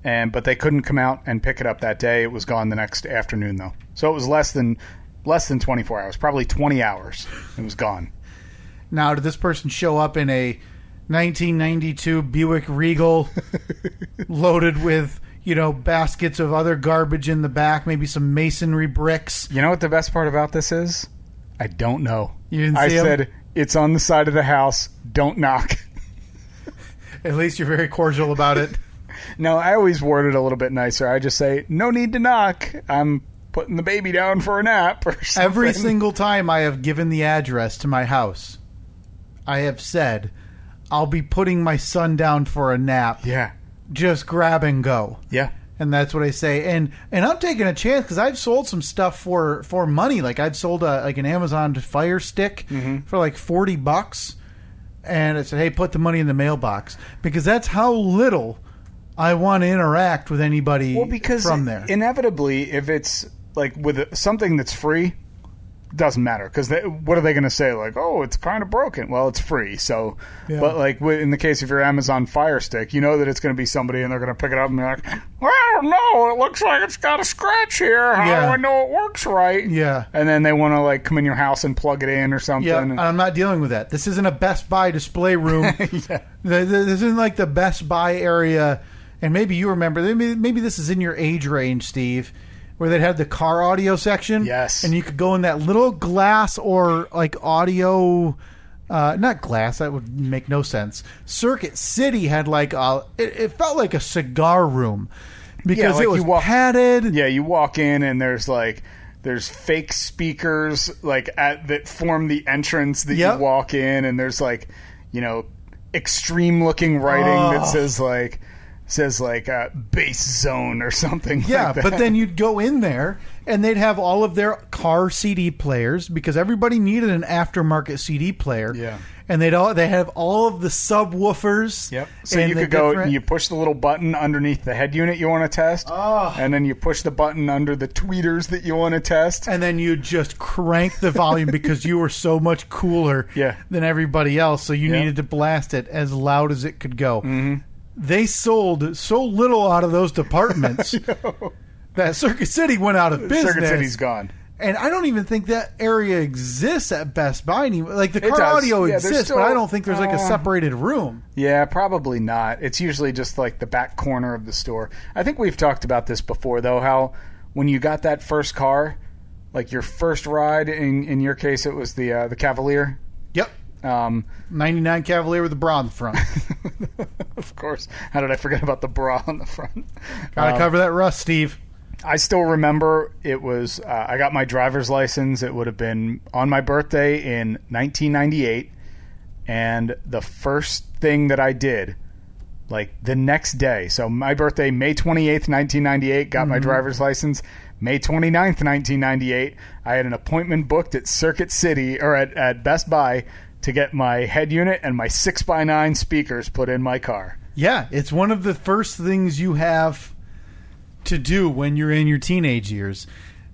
Speaker 3: and but they couldn't come out and pick it up that day. It was gone the next afternoon though. So it was less than less than 24 hours, probably 20 hours. It was gone.
Speaker 2: Now, did this person show up in a 1992 Buick Regal loaded with, you know, baskets of other garbage in the back, maybe some masonry bricks?
Speaker 3: You know what the best part about this is? I don't know.
Speaker 2: You didn't
Speaker 3: I
Speaker 2: see 'em?
Speaker 3: said it's on the side of the house. Don't knock.
Speaker 2: At least you're very cordial about it.
Speaker 3: No, I always word it a little bit nicer. I just say, "No need to knock. I'm putting the baby down for a nap." Or something.
Speaker 2: Every single time I have given the address to my house, I have said, I'll be putting my son down for a nap.
Speaker 3: yeah,
Speaker 2: Just grab and go.
Speaker 3: yeah,
Speaker 2: and that's what I say. And and I'm taking a chance because I've sold some stuff for for money. Like I've sold a, like an Amazon Fire Stick
Speaker 3: Mm-hmm.
Speaker 2: for like forty bucks, and I said, hey, put the money in the mailbox because that's how little I want to interact with anybody.
Speaker 3: Well, because
Speaker 2: from there,
Speaker 3: inevitably, if it's like with something that's free, doesn't matter because what are they going to say? Like, oh, it's kind of broken. Well, it's free, so. But like wi- in the case of your Amazon Fire Stick, you know that it's going to be somebody, and they're going to pick it up and be like, "Well, no, it looks like it's got a scratch here. How
Speaker 2: Yeah.
Speaker 3: do I know it works right?"
Speaker 2: Yeah.
Speaker 3: And then they want to like come in your house and plug it in or something.
Speaker 2: yeah, and I'm not dealing with that. This isn't a Best Buy display room. Th- th- This isn't like the Best Buy area. And maybe you remember. Maybe maybe this is in your age range, Steve. where they'd have the car audio section.
Speaker 3: Yes.
Speaker 2: and you could go in that little glass or like audio. Uh, not glass. That would make no sense. Circuit City had like a. It, it felt like a cigar room because
Speaker 3: like
Speaker 2: it was
Speaker 3: you walk-
Speaker 2: padded.
Speaker 3: Yeah, you walk in and there's like there's fake speakers like at that form the entrance that
Speaker 2: Yep.
Speaker 3: you walk in and there's like, you know, extreme looking writing
Speaker 2: Oh.
Speaker 3: that says like says like uh, base zone or something.
Speaker 2: Yeah,
Speaker 3: like that.
Speaker 2: but then you'd go in there and they'd have all of their car CD players because everybody needed an aftermarket CD player.
Speaker 3: Yeah.
Speaker 2: And they'd all they have all of the subwoofers.
Speaker 3: Yep. So
Speaker 2: and
Speaker 3: you
Speaker 2: the
Speaker 3: could go
Speaker 2: different-
Speaker 3: and you push the little button underneath the head unit you want to test,
Speaker 2: Oh.
Speaker 3: and then you push the button under the tweeters that you want to test.
Speaker 2: and then you just crank the volume because you were so much cooler
Speaker 3: Yeah.
Speaker 2: than everybody else, so you
Speaker 3: Yeah. Mm-hmm.
Speaker 2: needed to blast it as loud as it could go. They sold so little out of those departments that Circuit City went out of business.
Speaker 3: Circuit City's gone.
Speaker 2: And I don't even think that area exists at Best Buy anymore. Like the car
Speaker 3: does.
Speaker 2: audio
Speaker 3: Yeah, there's
Speaker 2: exists,
Speaker 3: still-
Speaker 2: but I don't think there's like a
Speaker 3: uh,
Speaker 2: separated room.
Speaker 3: Yeah, probably not. It's usually just like the back corner of the store. I think we've talked about this before, though, how when you got that first car, like your first ride, in, in your case, it was the uh, the Cavalier.
Speaker 2: Yep.
Speaker 3: Um,
Speaker 2: 99 Cavalier with a bra on the front.
Speaker 3: of course. How did I forget about the bra on the front? Um,
Speaker 2: Gotta cover that rust, Steve.
Speaker 3: I still remember it was. Uh, I got my driver's license. It would have been on my birthday in 1998, and the first thing that I did, like the next day, so my birthday May 28th, 1998, got my driver's license. May 29th, 1998, I had an appointment booked at Circuit City or at, at Best Buy to get my head unit and my six by nine speakers put in my car.
Speaker 2: Yeah, it's one of the first things you have to do when you're in your teenage years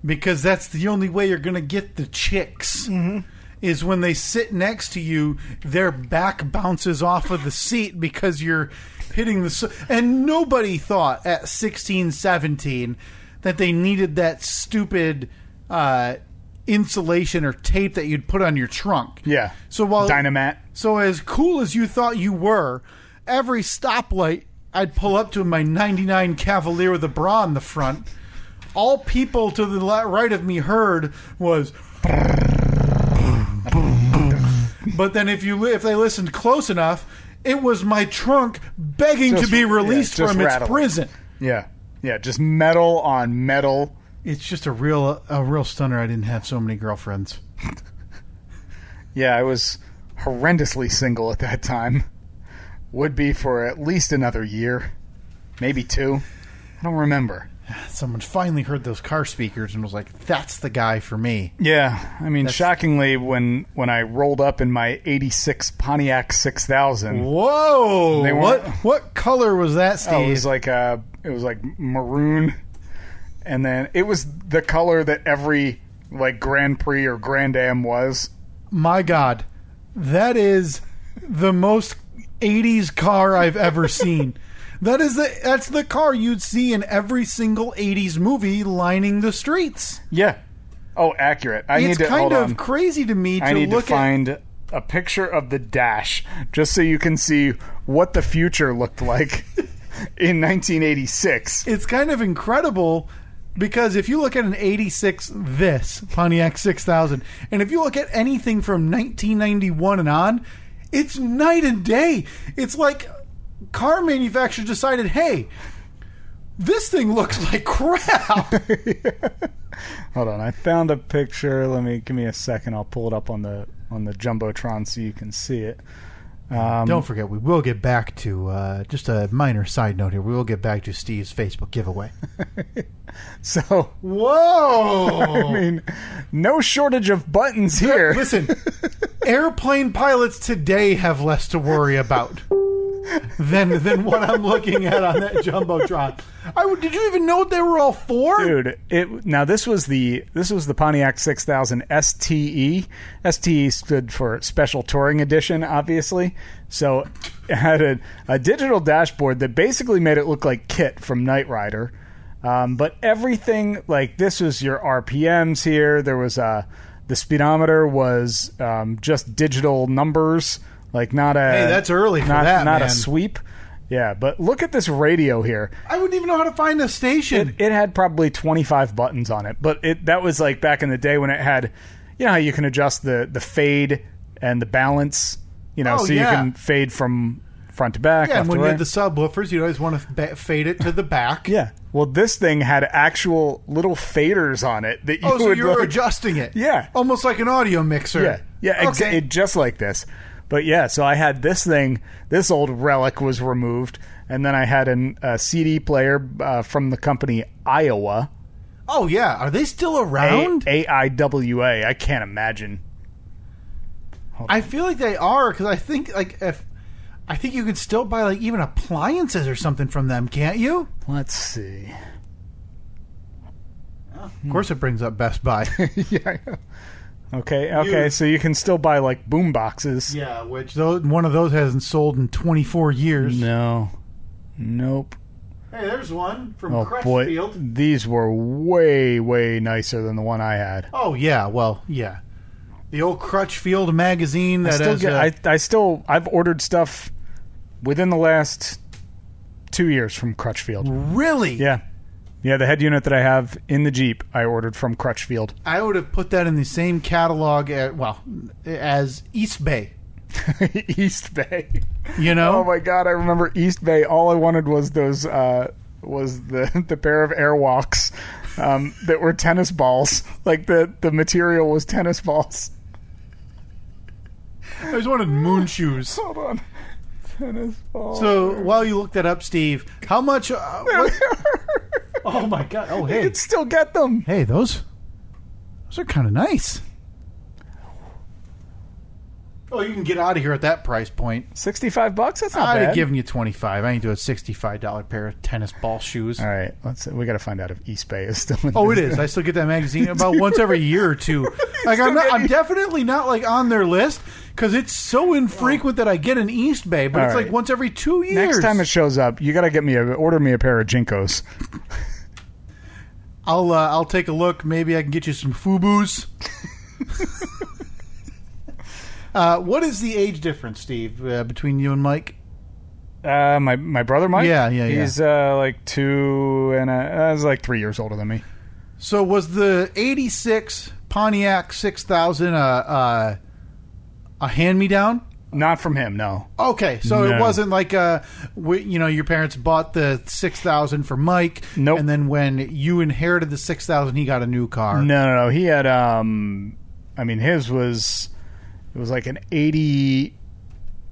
Speaker 2: because that's the only way you're going to get the chicks.
Speaker 3: Mm-hmm.
Speaker 2: Is when they sit next to you, their back bounces off of the seat because you're hitting the. s- And nobody thought at 16, 17 that they needed that stupid uh, insulation or tape that you'd put on your trunk.
Speaker 3: Yeah.
Speaker 2: So while
Speaker 3: Dynamat.
Speaker 2: so as cool as you thought you were, every stoplight I'd pull up to in my 99 Cavalier with a bra in the front, all people to the le- right of me heard was but then if you li- if they listened close enough, it was my trunk begging
Speaker 3: Just-
Speaker 2: to be released
Speaker 3: yeah, just
Speaker 2: from its
Speaker 3: rattling.
Speaker 2: prison.
Speaker 3: Yeah, yeah, just metal on metal.
Speaker 2: It's just a real a real stunner I didn't have so many girlfriends.
Speaker 3: Yeah, I was horrendously single at that time. Would be for at least another year, maybe two. I don't remember.
Speaker 2: Someone finally heard those car speakers and was like, "That's the guy for me."
Speaker 3: Yeah, I mean, shockingly, when when I rolled up in my '86 Pontiac 6000,
Speaker 2: Whoa!
Speaker 3: They
Speaker 2: what
Speaker 3: weren't-
Speaker 2: what color was that, Steve?
Speaker 3: oh, it was like uh it was like maroon, and then it was the color that every like Grand Prix or Grand Am was.
Speaker 2: My God, that is the most '80s car I've ever seen. That is the that's the car you'd see in every single '80s movie lining the streets.
Speaker 3: Yeah. Oh, accurate. I need
Speaker 2: It's
Speaker 3: to
Speaker 2: kind
Speaker 3: hold
Speaker 2: of
Speaker 3: on.
Speaker 2: crazy to me to
Speaker 3: I need to
Speaker 2: look at.
Speaker 3: find a picture of the dash just so you can see what the future looked like in 1986.
Speaker 2: It's kind of incredible because if you look at an '86 this Pontiac 6000, and if you look at anything from 1991 and on, it's night and day. It's like car manufacturers decided, hey, this thing looks like crap.
Speaker 3: Hold on, I found a picture. Let me give me a second. I'll pull it up on the on the jumbotron so you can see it.
Speaker 2: Don't forget, we will get back to uh, just a minor side note here. We will get back to Steve's Facebook giveaway.
Speaker 3: So, I
Speaker 2: Whoa!
Speaker 3: mean, no shortage of buttons here.
Speaker 2: Listen, airplane pilots today have less to worry about than than what I'm looking at on that jumbotron. I would- did you even know what they were all for?
Speaker 3: dude it now this was the this was the pontiac 6000 ste ste E stood for special touring edition obviously so it had a, a digital dashboard that basically made it look like kit from knight rider um, but everything like this was your rpms here there was uh the speedometer was um, just digital numbers like not a
Speaker 2: Hey, that's early for
Speaker 3: not,
Speaker 2: that,
Speaker 3: not
Speaker 2: man.
Speaker 3: a sweep Yeah, but look at this radio here.
Speaker 2: I wouldn't even know how to find the station.
Speaker 3: It, it had probably 25 buttons on it, but it that was like back in the day when it had, you know, how you can adjust the the fade and the balance, you know,
Speaker 2: Oh,
Speaker 3: so
Speaker 2: yeah.
Speaker 3: you can fade from front to back.
Speaker 2: yeah,
Speaker 3: left
Speaker 2: and
Speaker 3: to
Speaker 2: when you
Speaker 3: right.
Speaker 2: had the subwoofers, you always want to ba- fade it to the back.
Speaker 3: Yeah. Well, this thing had actual little faders on it that you
Speaker 2: Oh, so
Speaker 3: would
Speaker 2: you were
Speaker 3: like-
Speaker 2: adjusting it.
Speaker 3: Yeah.
Speaker 2: Almost like an audio mixer.
Speaker 3: Yeah, yeah, exa-
Speaker 2: Okay.
Speaker 3: it- just like this. But yeah, so I had this thing. This old relic was removed, and then I had an, a CD player uh, from the company Iowa
Speaker 2: oh, yeah. Are they still around?
Speaker 3: A I W A. I can't imagine.
Speaker 2: I feel like they are because I think like if I think you could still buy like even appliances or something from them, can't you?
Speaker 3: Let's see.
Speaker 2: Of course, it brings up Best Buy.
Speaker 3: yeah. Okay. Okay.
Speaker 2: You-
Speaker 3: so you can still buy like boom boxes.
Speaker 2: yeah, which those, one of those hasn't sold in 24 years.
Speaker 3: No. Nope.
Speaker 2: Hey, there's one from
Speaker 3: Oh boy, these were way way nicer than the one I had.
Speaker 2: Oh yeah, well yeah, the old Crutchfield magazine that uh,
Speaker 3: I still
Speaker 2: has
Speaker 3: get,
Speaker 2: a-
Speaker 3: I, I still I've ordered stuff within the last two years from Crutchfield.
Speaker 2: really.
Speaker 3: Yeah, yeah. The head unit that I have in the Jeep, I ordered from Crutchfield.
Speaker 2: I would have put that in the same catalog. At, well, as East Bay,
Speaker 3: East Bay.
Speaker 2: you know.
Speaker 3: Oh my God, I remember East Bay. All I wanted was those uh, was the the pair of Airwalks um, that were tennis balls. Like the the material was tennis balls.
Speaker 2: I just wanted moon shoes.
Speaker 3: Hold on, tennis balls.
Speaker 2: So while you look that up, Steve, how much? Uh, what- oh my god! Oh
Speaker 3: I
Speaker 2: hey,
Speaker 3: could still get them.
Speaker 2: hey, those those are kind of nice. Oh, you can get out of here at that price point.
Speaker 3: Sixty five bucks. That's not
Speaker 2: I'd
Speaker 3: bad.
Speaker 2: have given you twenty five. I ain't doing a sixty five dollar pair of tennis ball shoes.
Speaker 3: All right, let's. We got to find out if East Bay is still. in
Speaker 2: Oh, it
Speaker 3: business.
Speaker 2: is. I still get that magazine about once every year or two. Like I'm, not, I'm definitely not like on their list because it's so infrequent that I get an East Bay, but
Speaker 3: All
Speaker 2: it's
Speaker 3: right.
Speaker 2: like once every two years.
Speaker 3: Next time it shows up, you got to get me a order me a pair of Jinkos.
Speaker 2: I'll uh, I'll take a look. Maybe I can get you some Fubu's. uh, what is the age difference, Steve, uh, between you and Mike?
Speaker 3: Uh, my my brother Mike.
Speaker 2: Yeah, yeah, yeah.
Speaker 3: He's uh, like two and a, uh, he's like three years older than me.
Speaker 2: So was the '86 Pontiac 6000 uh, uh, a hand me down?
Speaker 3: Not from him, no.
Speaker 2: Okay, so it
Speaker 3: No.
Speaker 2: wasn't like uh, we, you know, your parents bought the six thousand for Mike,
Speaker 3: Nope.
Speaker 2: and then when you inherited the six thousand, he got a new car.
Speaker 3: No, no, no. He had um, I mean, his was it was like an eighty,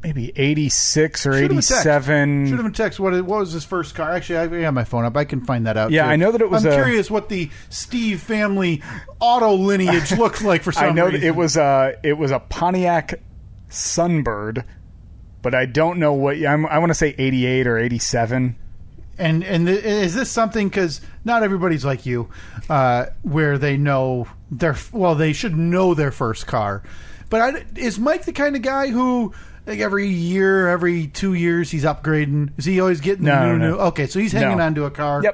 Speaker 3: maybe eighty six or
Speaker 2: Shoot him
Speaker 3: eighty
Speaker 2: a text.
Speaker 3: seven.
Speaker 2: Shoot him a text. What, what was his first car? Actually, I I have my phone up. I can find that out.
Speaker 3: Yeah,
Speaker 2: too.
Speaker 3: I know that it was
Speaker 2: I'm
Speaker 3: a-
Speaker 2: curious what the Steve family auto lineage looked like for some
Speaker 3: I know that
Speaker 2: reason.
Speaker 3: it was a it was a Pontiac Sunbird, but I don't know what I'm, I want to say 88 or 87.
Speaker 2: And and th- is this something? Because not everybody's like you, uh, where they know their f- well, they should know their first car. But I, is Mike the kind of guy who like every year, every two years, he's upgrading? Is he always getting
Speaker 3: No,
Speaker 2: the new
Speaker 3: no, no.
Speaker 2: new? Okay, so he's hanging
Speaker 3: No.
Speaker 2: on to a car.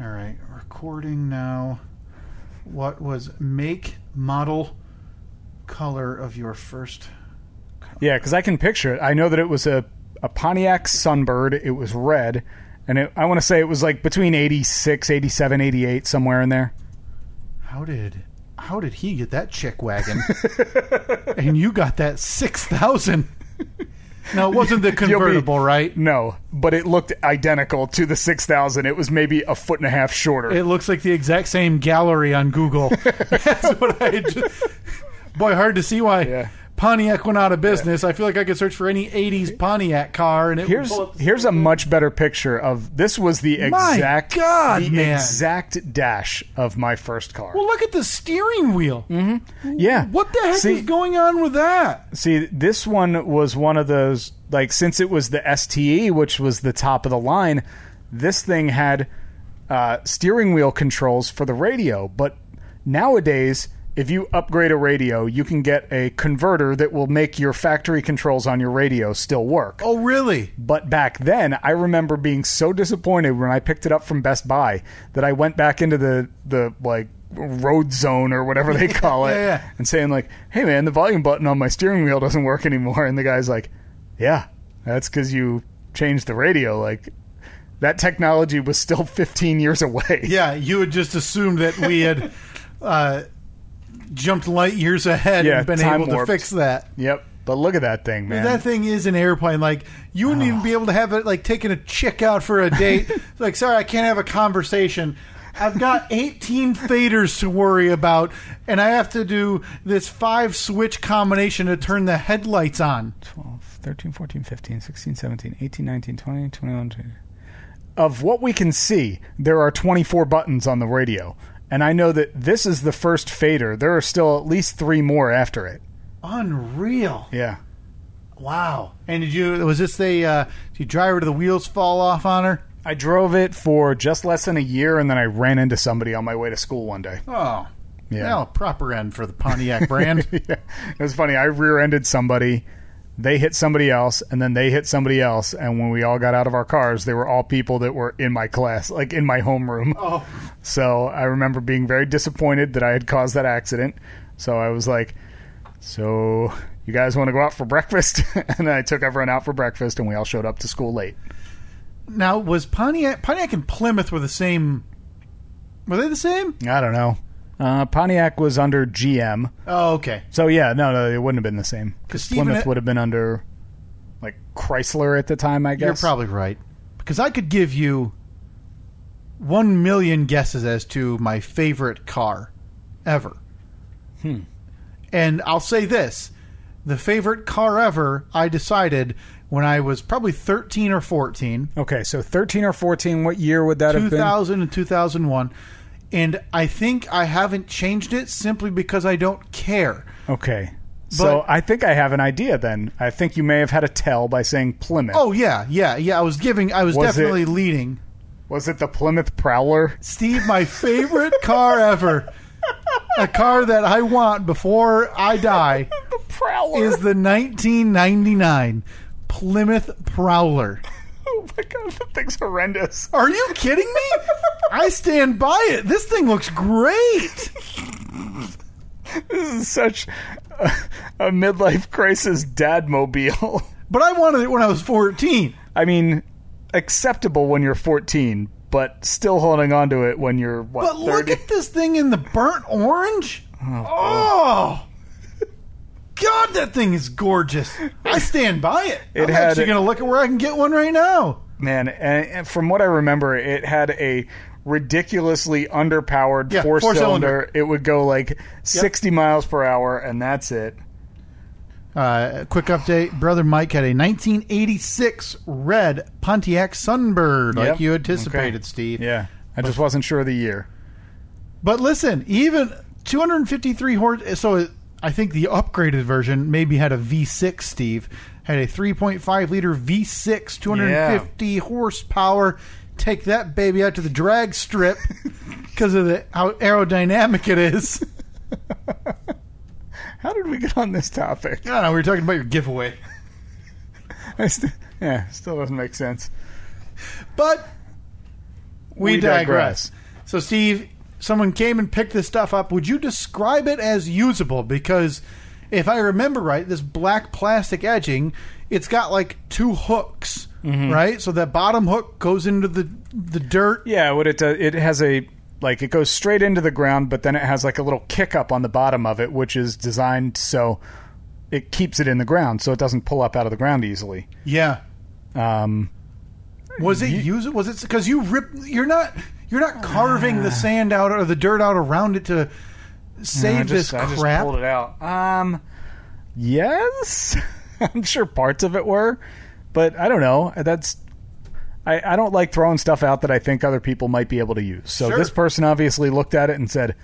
Speaker 2: All right, recording now. What was make, model, color of your first?
Speaker 3: Yeah, because I can picture it. I know that it was a, a Pontiac Sunbird. It was red. And it, I want to say it was like between 86, 87, 88, somewhere in there.
Speaker 2: How did how did he get that chick wagon? and you got that six thousand. Now it wasn't the convertible, right?
Speaker 3: No, but it looked identical to the 6000. It was maybe a foot and a half shorter.
Speaker 2: It looks like the exact same gallery on Google. That's what I. Just, boy, hard to see why
Speaker 3: Yeah.
Speaker 2: Pontiac went out of business. I feel like I could search for any '80s Pontiac car, and it would
Speaker 3: Here's
Speaker 2: pull up-
Speaker 3: here's a much better picture of this was the
Speaker 2: My
Speaker 3: exact
Speaker 2: God,
Speaker 3: the
Speaker 2: man.
Speaker 3: exact dash of my first car.
Speaker 2: Well, look at the steering wheel.
Speaker 3: yeah.
Speaker 2: What the heck
Speaker 3: Mm-hmm. See-
Speaker 2: is going on with that?
Speaker 3: See, this one was one of those like since it was the STE, which was the top of the line. This thing had uh, steering wheel controls for the radio, but nowadays, if you upgrade a radio, you can get a converter that will make your factory controls on your radio still work.
Speaker 2: Oh, really?
Speaker 3: But back then, I remember being so disappointed when I picked it up from Best Buy that I went back into the the like road zone or whatever they call it
Speaker 2: yeah, yeah.
Speaker 3: and saying like, "Hey man, the volume button on my steering wheel doesn't work anymore." And the guy's like, "Yeah, that's cuz you change the radio. Like that technology was still 15 years away.
Speaker 2: Yeah, you would just assume that we had uh, jumped light years ahead
Speaker 3: Yeah,
Speaker 2: and been
Speaker 3: time
Speaker 2: able
Speaker 3: warped.
Speaker 2: to fix that.
Speaker 3: Yep. But look at that thing, man.
Speaker 2: That thing is an airplane. Like you wouldn't even be able to have it. Like taking a chick out for a date. It's like, sorry, I can't have a conversation. I've got 18 faders to worry about, and I have to do this five switch combination to turn the headlights on.
Speaker 3: 12, 13, 14, 15, 16, 17, 18, 19, 20, 21, 22. Of what we can see, there are 24 buttons on the radio. And I know that this is the first fader. There are still at least three more after it.
Speaker 2: Unreal!
Speaker 3: Yeah.
Speaker 2: Wow. And did you? Was this the? Uh, did you drive her to the wheels fall off on her?
Speaker 3: I drove it for just less than a year, and then I ran into somebody on my way to school one day.
Speaker 2: Oh,
Speaker 3: Yeah.
Speaker 2: Well, proper end for the Pontiac brand.
Speaker 3: Yeah. It was funny. I rear ended somebody. They hit somebody else, and then they hit somebody else. And when we all got out of our cars, they were all people that were in my class, like in my homeroom.
Speaker 2: Oh.
Speaker 3: So I remember being very disappointed that I had caused that accident. So I was like, So you guys want to go out for breakfast? and I took everyone out for breakfast, and we all showed up to school late.
Speaker 2: Now was Pontiac Pontiac and Plymouth were the same? Were they the same?
Speaker 3: I don't know. Uh, Pontiac was under GM.
Speaker 2: Oh, okay.
Speaker 3: So yeah, no, no, it wouldn't have been the same because
Speaker 2: Stephen-
Speaker 3: Plymouth would have been under like Chrysler at the time. I guess
Speaker 2: You're probably right because I could give you one million guesses as to my favorite car ever. Hmm. And I'll say this: the favorite car ever I decided when I was probably 13 or 14.
Speaker 3: okay. So thirteen or fourteen, what year would that have been?
Speaker 2: 2000 and 2001 and i think i haven't changed it simply because i don't care
Speaker 3: Okay, so
Speaker 2: But-
Speaker 3: I think I have an idea. Then I think you may have had a tell by saying Plymouth.
Speaker 2: oh yeah yeah yeah i was giving i was,
Speaker 3: Was
Speaker 2: definitely
Speaker 3: it-
Speaker 2: leading
Speaker 3: was it the Plymouth Prowler?
Speaker 2: steve my favorite car ever a car that i want before i die
Speaker 3: Prowler.
Speaker 2: is the 1999 plymouth prowler
Speaker 3: oh my god, that thing's horrendous.
Speaker 2: are you kidding me i stand by it this thing looks great
Speaker 3: This is such a, a midlife crisis dad mobile.
Speaker 2: but i wanted it when i was 14
Speaker 3: I mean, acceptable when you're 14, but still holding on to it when you're what?
Speaker 2: But look
Speaker 3: 30?
Speaker 2: at this thing in the burnt orange. Oh, God, that thing is gorgeous. I stand by it. I'm
Speaker 3: had-
Speaker 2: actually going to look at where I can get one right now.
Speaker 3: man, and, and from what I remember, it had a ridiculously underpowered
Speaker 2: Yeah,
Speaker 3: four
Speaker 2: four-cylinder.
Speaker 3: cylinder. It would go like 60 miles per hour, and that's it.
Speaker 2: Uh, quick update: Brother Mike had a 1986 red Pontiac Sunbird,
Speaker 3: Yep.
Speaker 2: like you anticipated,
Speaker 3: Okay.
Speaker 2: Steve.
Speaker 3: Yeah, I just wasn't sure of the year.
Speaker 2: But listen, even 253 horse. So I think the upgraded version maybe had a V6. Steve had a 3.5 liter V6, 250 horsepower. Take that baby out to the drag strip because of the how aerodynamic it is.
Speaker 3: How did we get on this topic?
Speaker 2: I don't know. We were talking about your giveaway,
Speaker 3: I st- yeah, still doesn't make sense.
Speaker 2: but we,
Speaker 3: We
Speaker 2: digress.
Speaker 3: digress.
Speaker 2: So Steve, someone came and picked this stuff up. Would you describe it as usable? Because if I remember right, this black plastic edging, it's got like two hooks,
Speaker 3: Mm-hmm.
Speaker 2: right? So that bottom hook goes into the the dirt.
Speaker 3: Yeah, what it does, it has a like it goes straight into the ground, but then it has like a little kick up on the bottom of it, which is designed so it keeps it in the ground, so it doesn't pull up out of the ground easily.
Speaker 2: Yeah.
Speaker 3: Um,
Speaker 2: Was it use was it cuz you rip you're not you're not carving the sand out or the dirt out around it to save
Speaker 3: Ah. I just,
Speaker 2: this
Speaker 3: I just
Speaker 2: crap.
Speaker 3: pulled it out. Um, yes, I'm sure parts of it were, but I don't know. That's I, I don't like throwing stuff out that I think other people might be able to use. So
Speaker 2: Sure.
Speaker 3: this person obviously looked at it and said,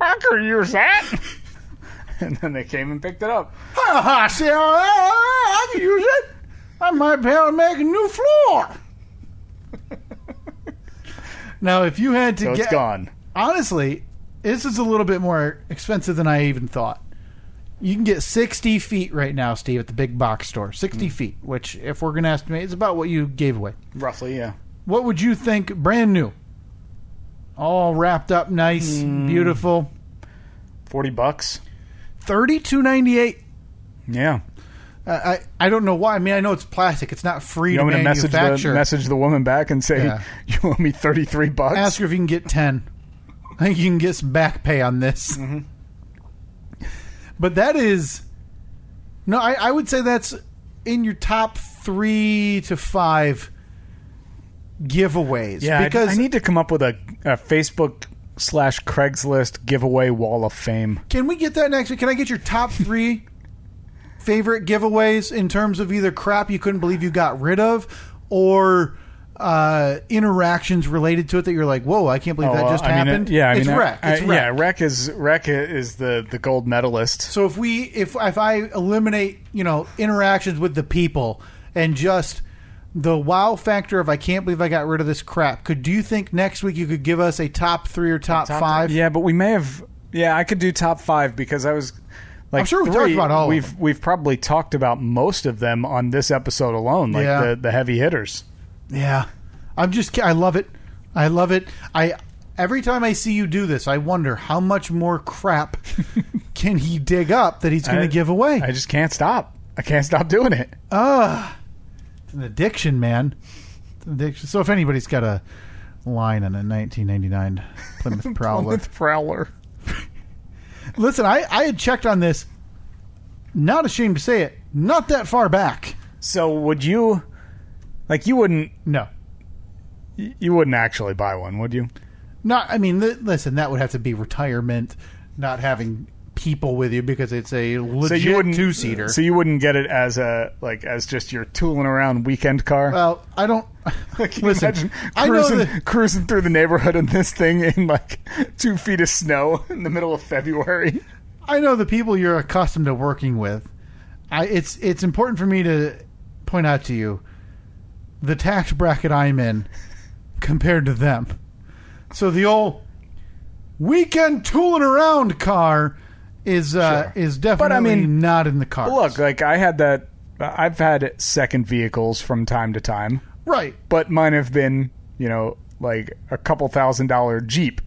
Speaker 3: "I could use that," and then they came and picked it up.
Speaker 2: Ha ha, see, I, uh, I can use it. I might be able to make a new floor. now, if you had to
Speaker 3: So
Speaker 2: get
Speaker 3: it's gone.
Speaker 2: honestly, this is a little bit more expensive than I even thought. You can get 60 feet right now, Steve, at the big box store. 60
Speaker 3: Hmm.
Speaker 2: feet, which, if we're going to estimate, is about what you gave away.
Speaker 3: Roughly, yeah.
Speaker 2: What would you think, brand new? All wrapped up nice,
Speaker 3: Hmm.
Speaker 2: beautiful.
Speaker 3: 40 bucks.
Speaker 2: 32.98.
Speaker 3: Yeah.
Speaker 2: I, I I don't know why. I mean, I know it's plastic. It's not free
Speaker 3: You
Speaker 2: to
Speaker 3: want me to message the
Speaker 2: manufacture.
Speaker 3: message the woman back and say
Speaker 2: Yeah.
Speaker 3: you owe me thirty three bucks?
Speaker 2: Ask her if you can get ten. I think you can get some back pay on this.
Speaker 3: Mm-hmm.
Speaker 2: But that is no. I, I would say that's in your top three to five giveaways.
Speaker 3: yeah,
Speaker 2: because
Speaker 3: I, I need to come up with a, a Facebook slash Craigslist giveaway wall of fame.
Speaker 2: Can we get that next week? Can I get your top three favorite giveaways in terms of either crap you couldn't believe you got rid of or uh, interactions related to it that you're like, whoa, I can't believe that
Speaker 3: Oh,
Speaker 2: just
Speaker 3: I mean,
Speaker 2: happened?
Speaker 3: uh, yeah, I
Speaker 2: it's
Speaker 3: mean, I-
Speaker 2: wreck.
Speaker 3: I-
Speaker 2: It's
Speaker 3: yeah,
Speaker 2: wreck.
Speaker 3: wreck is wreck i- is the the gold medalist.
Speaker 2: So if we if if I eliminate you know interactions with the people and just the wow factor of I can't believe I got rid of this crap. Could do you think next week you could give us a top three or top, five?
Speaker 3: Yeah, but we may have. Yeah, I could do top five because I was. Like
Speaker 2: I'm sure we
Speaker 3: three,
Speaker 2: talked about all of
Speaker 3: We've
Speaker 2: them.
Speaker 3: we've probably talked about most of them on this episode alone, like
Speaker 2: Yeah.
Speaker 3: the, the heavy hitters.
Speaker 2: Yeah, I'm just. ki- I love it. I love it. I every time I see you do this, I wonder how much more crap can he dig up that he's going
Speaker 3: I-
Speaker 2: to give away.
Speaker 3: I just can't stop. I can't stop doing it.
Speaker 2: it's an addiction, man. It's an addiction. So if anybody's got a line on a 1999 Plymouth Prowler,
Speaker 3: With Prowler.
Speaker 2: listen, I I had checked on this. Not ashamed to say it. Not that far back.
Speaker 3: So would you like you wouldn't
Speaker 2: No.
Speaker 3: you wouldn't actually buy one, would you?
Speaker 2: Not, I mean, li- listen, that would have to be retirement, not having people with you because it's a legit
Speaker 3: you wouldn't
Speaker 2: two seater.
Speaker 3: So you wouldn't get it as a like as just your tooling around weekend car.
Speaker 2: Well, I don't.
Speaker 3: Can you
Speaker 2: listen,
Speaker 3: imagine
Speaker 2: I know
Speaker 3: cruising,
Speaker 2: that-
Speaker 3: cruising through the neighborhood in this thing in like two feet of snow in the middle of February.
Speaker 2: I know the people you're accustomed to working with. I, it's it's important for me to point out to you the tax bracket I'm in compared to them. So the old weekend tooling around car is uh, is definitely
Speaker 3: mean,
Speaker 2: not in the car.
Speaker 3: Look, uh, like I had that. I've had second vehicles from time to time,
Speaker 2: right?
Speaker 3: but mine have been you know like a couple thousand dollar Jeep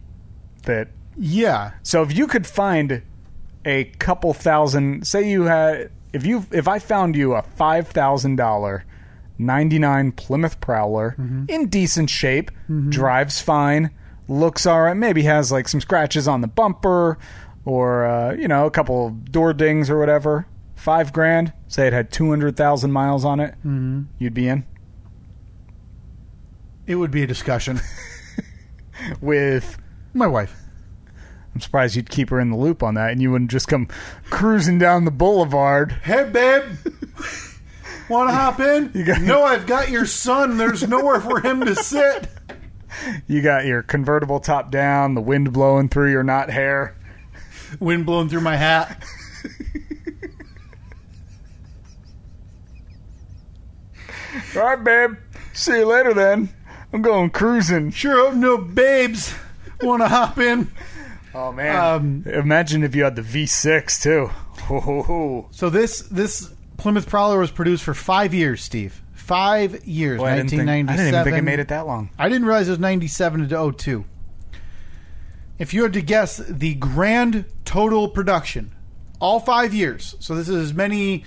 Speaker 3: that
Speaker 2: Yeah,
Speaker 3: So if you could find a couple thousand, say you had, if you, if I found you a five thousand dollar '99 Plymouth Prowler in decent shape, drives fine, looks all right, maybe has like some scratches on the bumper, or uh, you know a couple door dings or whatever. Five grand. Say it had two hundred thousand miles on it. Mm-hmm. You'd be in
Speaker 2: it would be a discussion.
Speaker 3: with.
Speaker 2: My wife.
Speaker 3: I'm surprised you'd keep her in the loop on that, and you wouldn't just come cruising down the boulevard.
Speaker 2: Hey, babe. Want to hop in? You
Speaker 3: got-
Speaker 2: no, I've got your son. There's nowhere for him to sit.
Speaker 3: You got your convertible top down, the wind blowing through your knot hair.
Speaker 2: Wind blowing through my hat.
Speaker 3: All right, babe. See you later then. I'm going cruising.
Speaker 2: Sure hope no babes want to hop in.
Speaker 3: Oh man. Imagine if you had the V6 too. Ho, ho, ho.
Speaker 2: So this this Plymouth Prowler was produced for five years, Steve. Five years,
Speaker 3: Boy, I didn't think-
Speaker 2: nineteen ninety
Speaker 3: I
Speaker 2: seven.
Speaker 3: didn't even think it made it that long.
Speaker 2: I didn't realize it was ninety seven to 02. If you had to guess the grand total production, all five years. So this is as many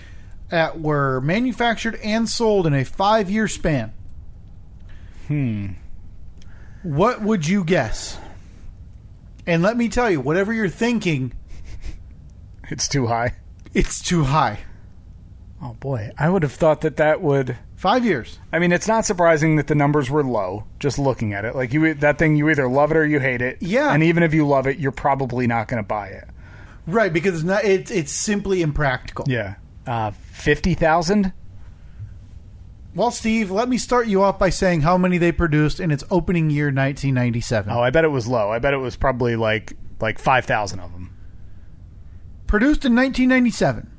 Speaker 2: that were manufactured and sold in a five year span. Hmm. What would you guess? And let me tell you, whatever you're thinking,
Speaker 3: It's too high.
Speaker 2: it's too high.
Speaker 3: Oh boy. I would have thought that that would
Speaker 2: Five years.
Speaker 3: I mean, it's not surprising that the numbers were low just looking at it. Like you that thing you either love it or you hate it.
Speaker 2: Yeah.
Speaker 3: And even if you love it, you're probably not going to buy it.
Speaker 2: Right, because it's not it's it's simply impractical.
Speaker 3: Yeah. Uh 50,000?
Speaker 2: Well, Steve, let me start you off by saying how many they produced in its opening year, 1997.
Speaker 3: Oh, I bet it was low. I bet it was probably like like 5,000 of them.
Speaker 2: Produced in 1997.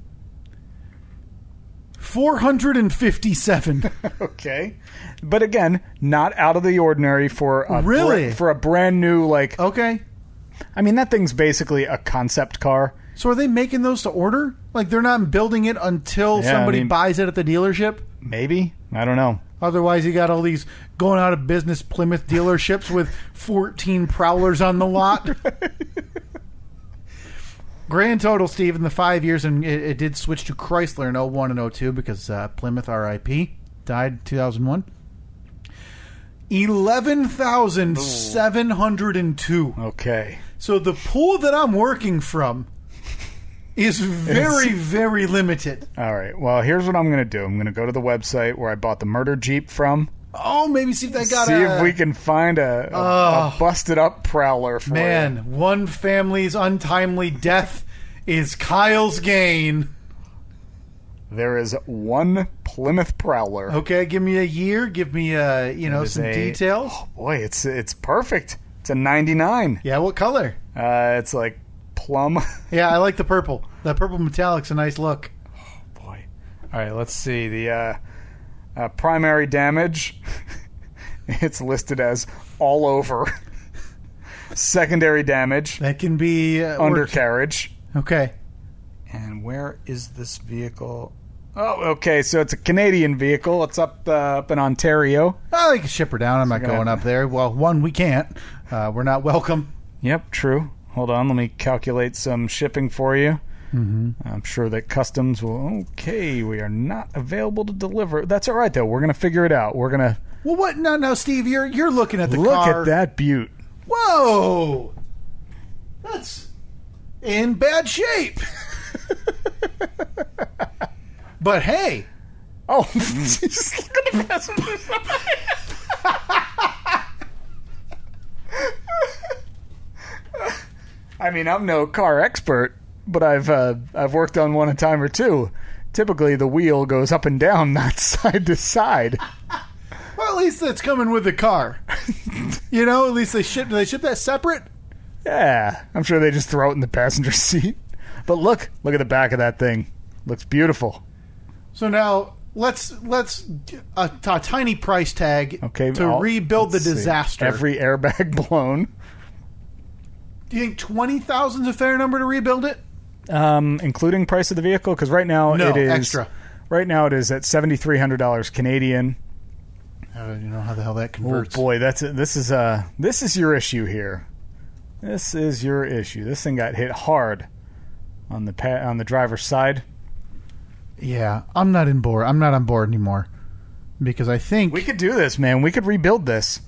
Speaker 2: 457.
Speaker 3: Okay, but again, not out of the ordinary for a br-
Speaker 2: Really? Oh.
Speaker 3: for a brand new like.
Speaker 2: okay.
Speaker 3: I mean, that thing's basically a concept car.
Speaker 2: So are they making those to order? Like they're not building it until
Speaker 3: Yeah, I
Speaker 2: somebody
Speaker 3: mean-
Speaker 2: buys it at the dealership?
Speaker 3: Maybe I don't know.
Speaker 2: Otherwise, you got all these going out of business Plymouth dealerships with 14 prowlers on the lot. Grand total, Steve, in the five years, and it, it did switch to Chrysler in 01 and 02 because uh, Plymouth RIP died 2001. 11,702.
Speaker 3: Okay.
Speaker 2: So the pool that I'm working from is very, very limited.
Speaker 3: All right. Well, here's what I'm going to do. I'm going to go to the website where I bought the murder jeep from.
Speaker 2: Oh, maybe see if they got
Speaker 3: see
Speaker 2: a
Speaker 3: if we can find a, a, a busted up prowler for
Speaker 2: man.
Speaker 3: you.
Speaker 2: One family's untimely death is Kyle's gain.
Speaker 3: There is one Plymouth prowler.
Speaker 2: Okay, give me a year. Give me uh, you know
Speaker 3: is
Speaker 2: some
Speaker 3: a-
Speaker 2: details.
Speaker 3: Boy, it's it's perfect. It's a 99.
Speaker 2: Yeah, what color?
Speaker 3: Uh, it's like plum.
Speaker 2: Yeah, I like the purple. That purple metallic's a nice look.
Speaker 3: Boy. All right, let's see. The uh, uh, primary damage, it's listed as all over. Secondary damage,
Speaker 2: That can be uh, worked.
Speaker 3: undercarriage.
Speaker 2: Okay,
Speaker 3: And where is this vehicle? Oh, okay. So it's a Canadian vehicle. It's up uh, up in Ontario.
Speaker 2: well, they can ship her down. I'm not
Speaker 3: gonna-
Speaker 2: going up there. Well, one, we can't. Uh, we're not welcome.
Speaker 3: Yep, true. Hold on, let me calculate some shipping for you. Mm-hmm. I'm sure that customs will. Okay, we are not available to deliver. That's all right though. We're gonna figure it out. We're gonna
Speaker 2: Well, what? No, no, Steve, you're you're looking at the
Speaker 3: look
Speaker 2: car.
Speaker 3: at that butte.
Speaker 2: Whoa, that's in bad shape. but hey,
Speaker 3: Oh,
Speaker 2: Mm.
Speaker 3: just look at the passenger side. I mean, I'm no car expert, but I've uh, I've worked on one a time or two. Typically, the wheel goes up and down, not side to side.
Speaker 2: well, at least it's coming with the car. you know, at least they ship. Do they ship that separate?
Speaker 3: Yeah, I'm sure they just throw it in the passenger seat. But look, look at the back of that thing. Looks beautiful.
Speaker 2: So now let's let's a, a tiny price tag
Speaker 3: Okay,
Speaker 2: to
Speaker 3: I'll-
Speaker 2: rebuild the
Speaker 3: let's see.
Speaker 2: disaster.
Speaker 3: Every airbag blown,
Speaker 2: Do you think twenty thousand is a fair number to rebuild it?
Speaker 3: um, including price of the vehicle, because right now
Speaker 2: No,
Speaker 3: it is
Speaker 2: extra.
Speaker 3: Right now it is at seventy three hundred dollars Canadian.
Speaker 2: I don't know how the hell that
Speaker 3: Oh
Speaker 2: converts.
Speaker 3: boy, that's a, this is uh this is your issue here. This is your issue. This thing got hit hard on the pa- on the driver's side.
Speaker 2: Yeah, I'm not in board. I'm not on board anymore because I think
Speaker 3: We could do this, man. We could rebuild this.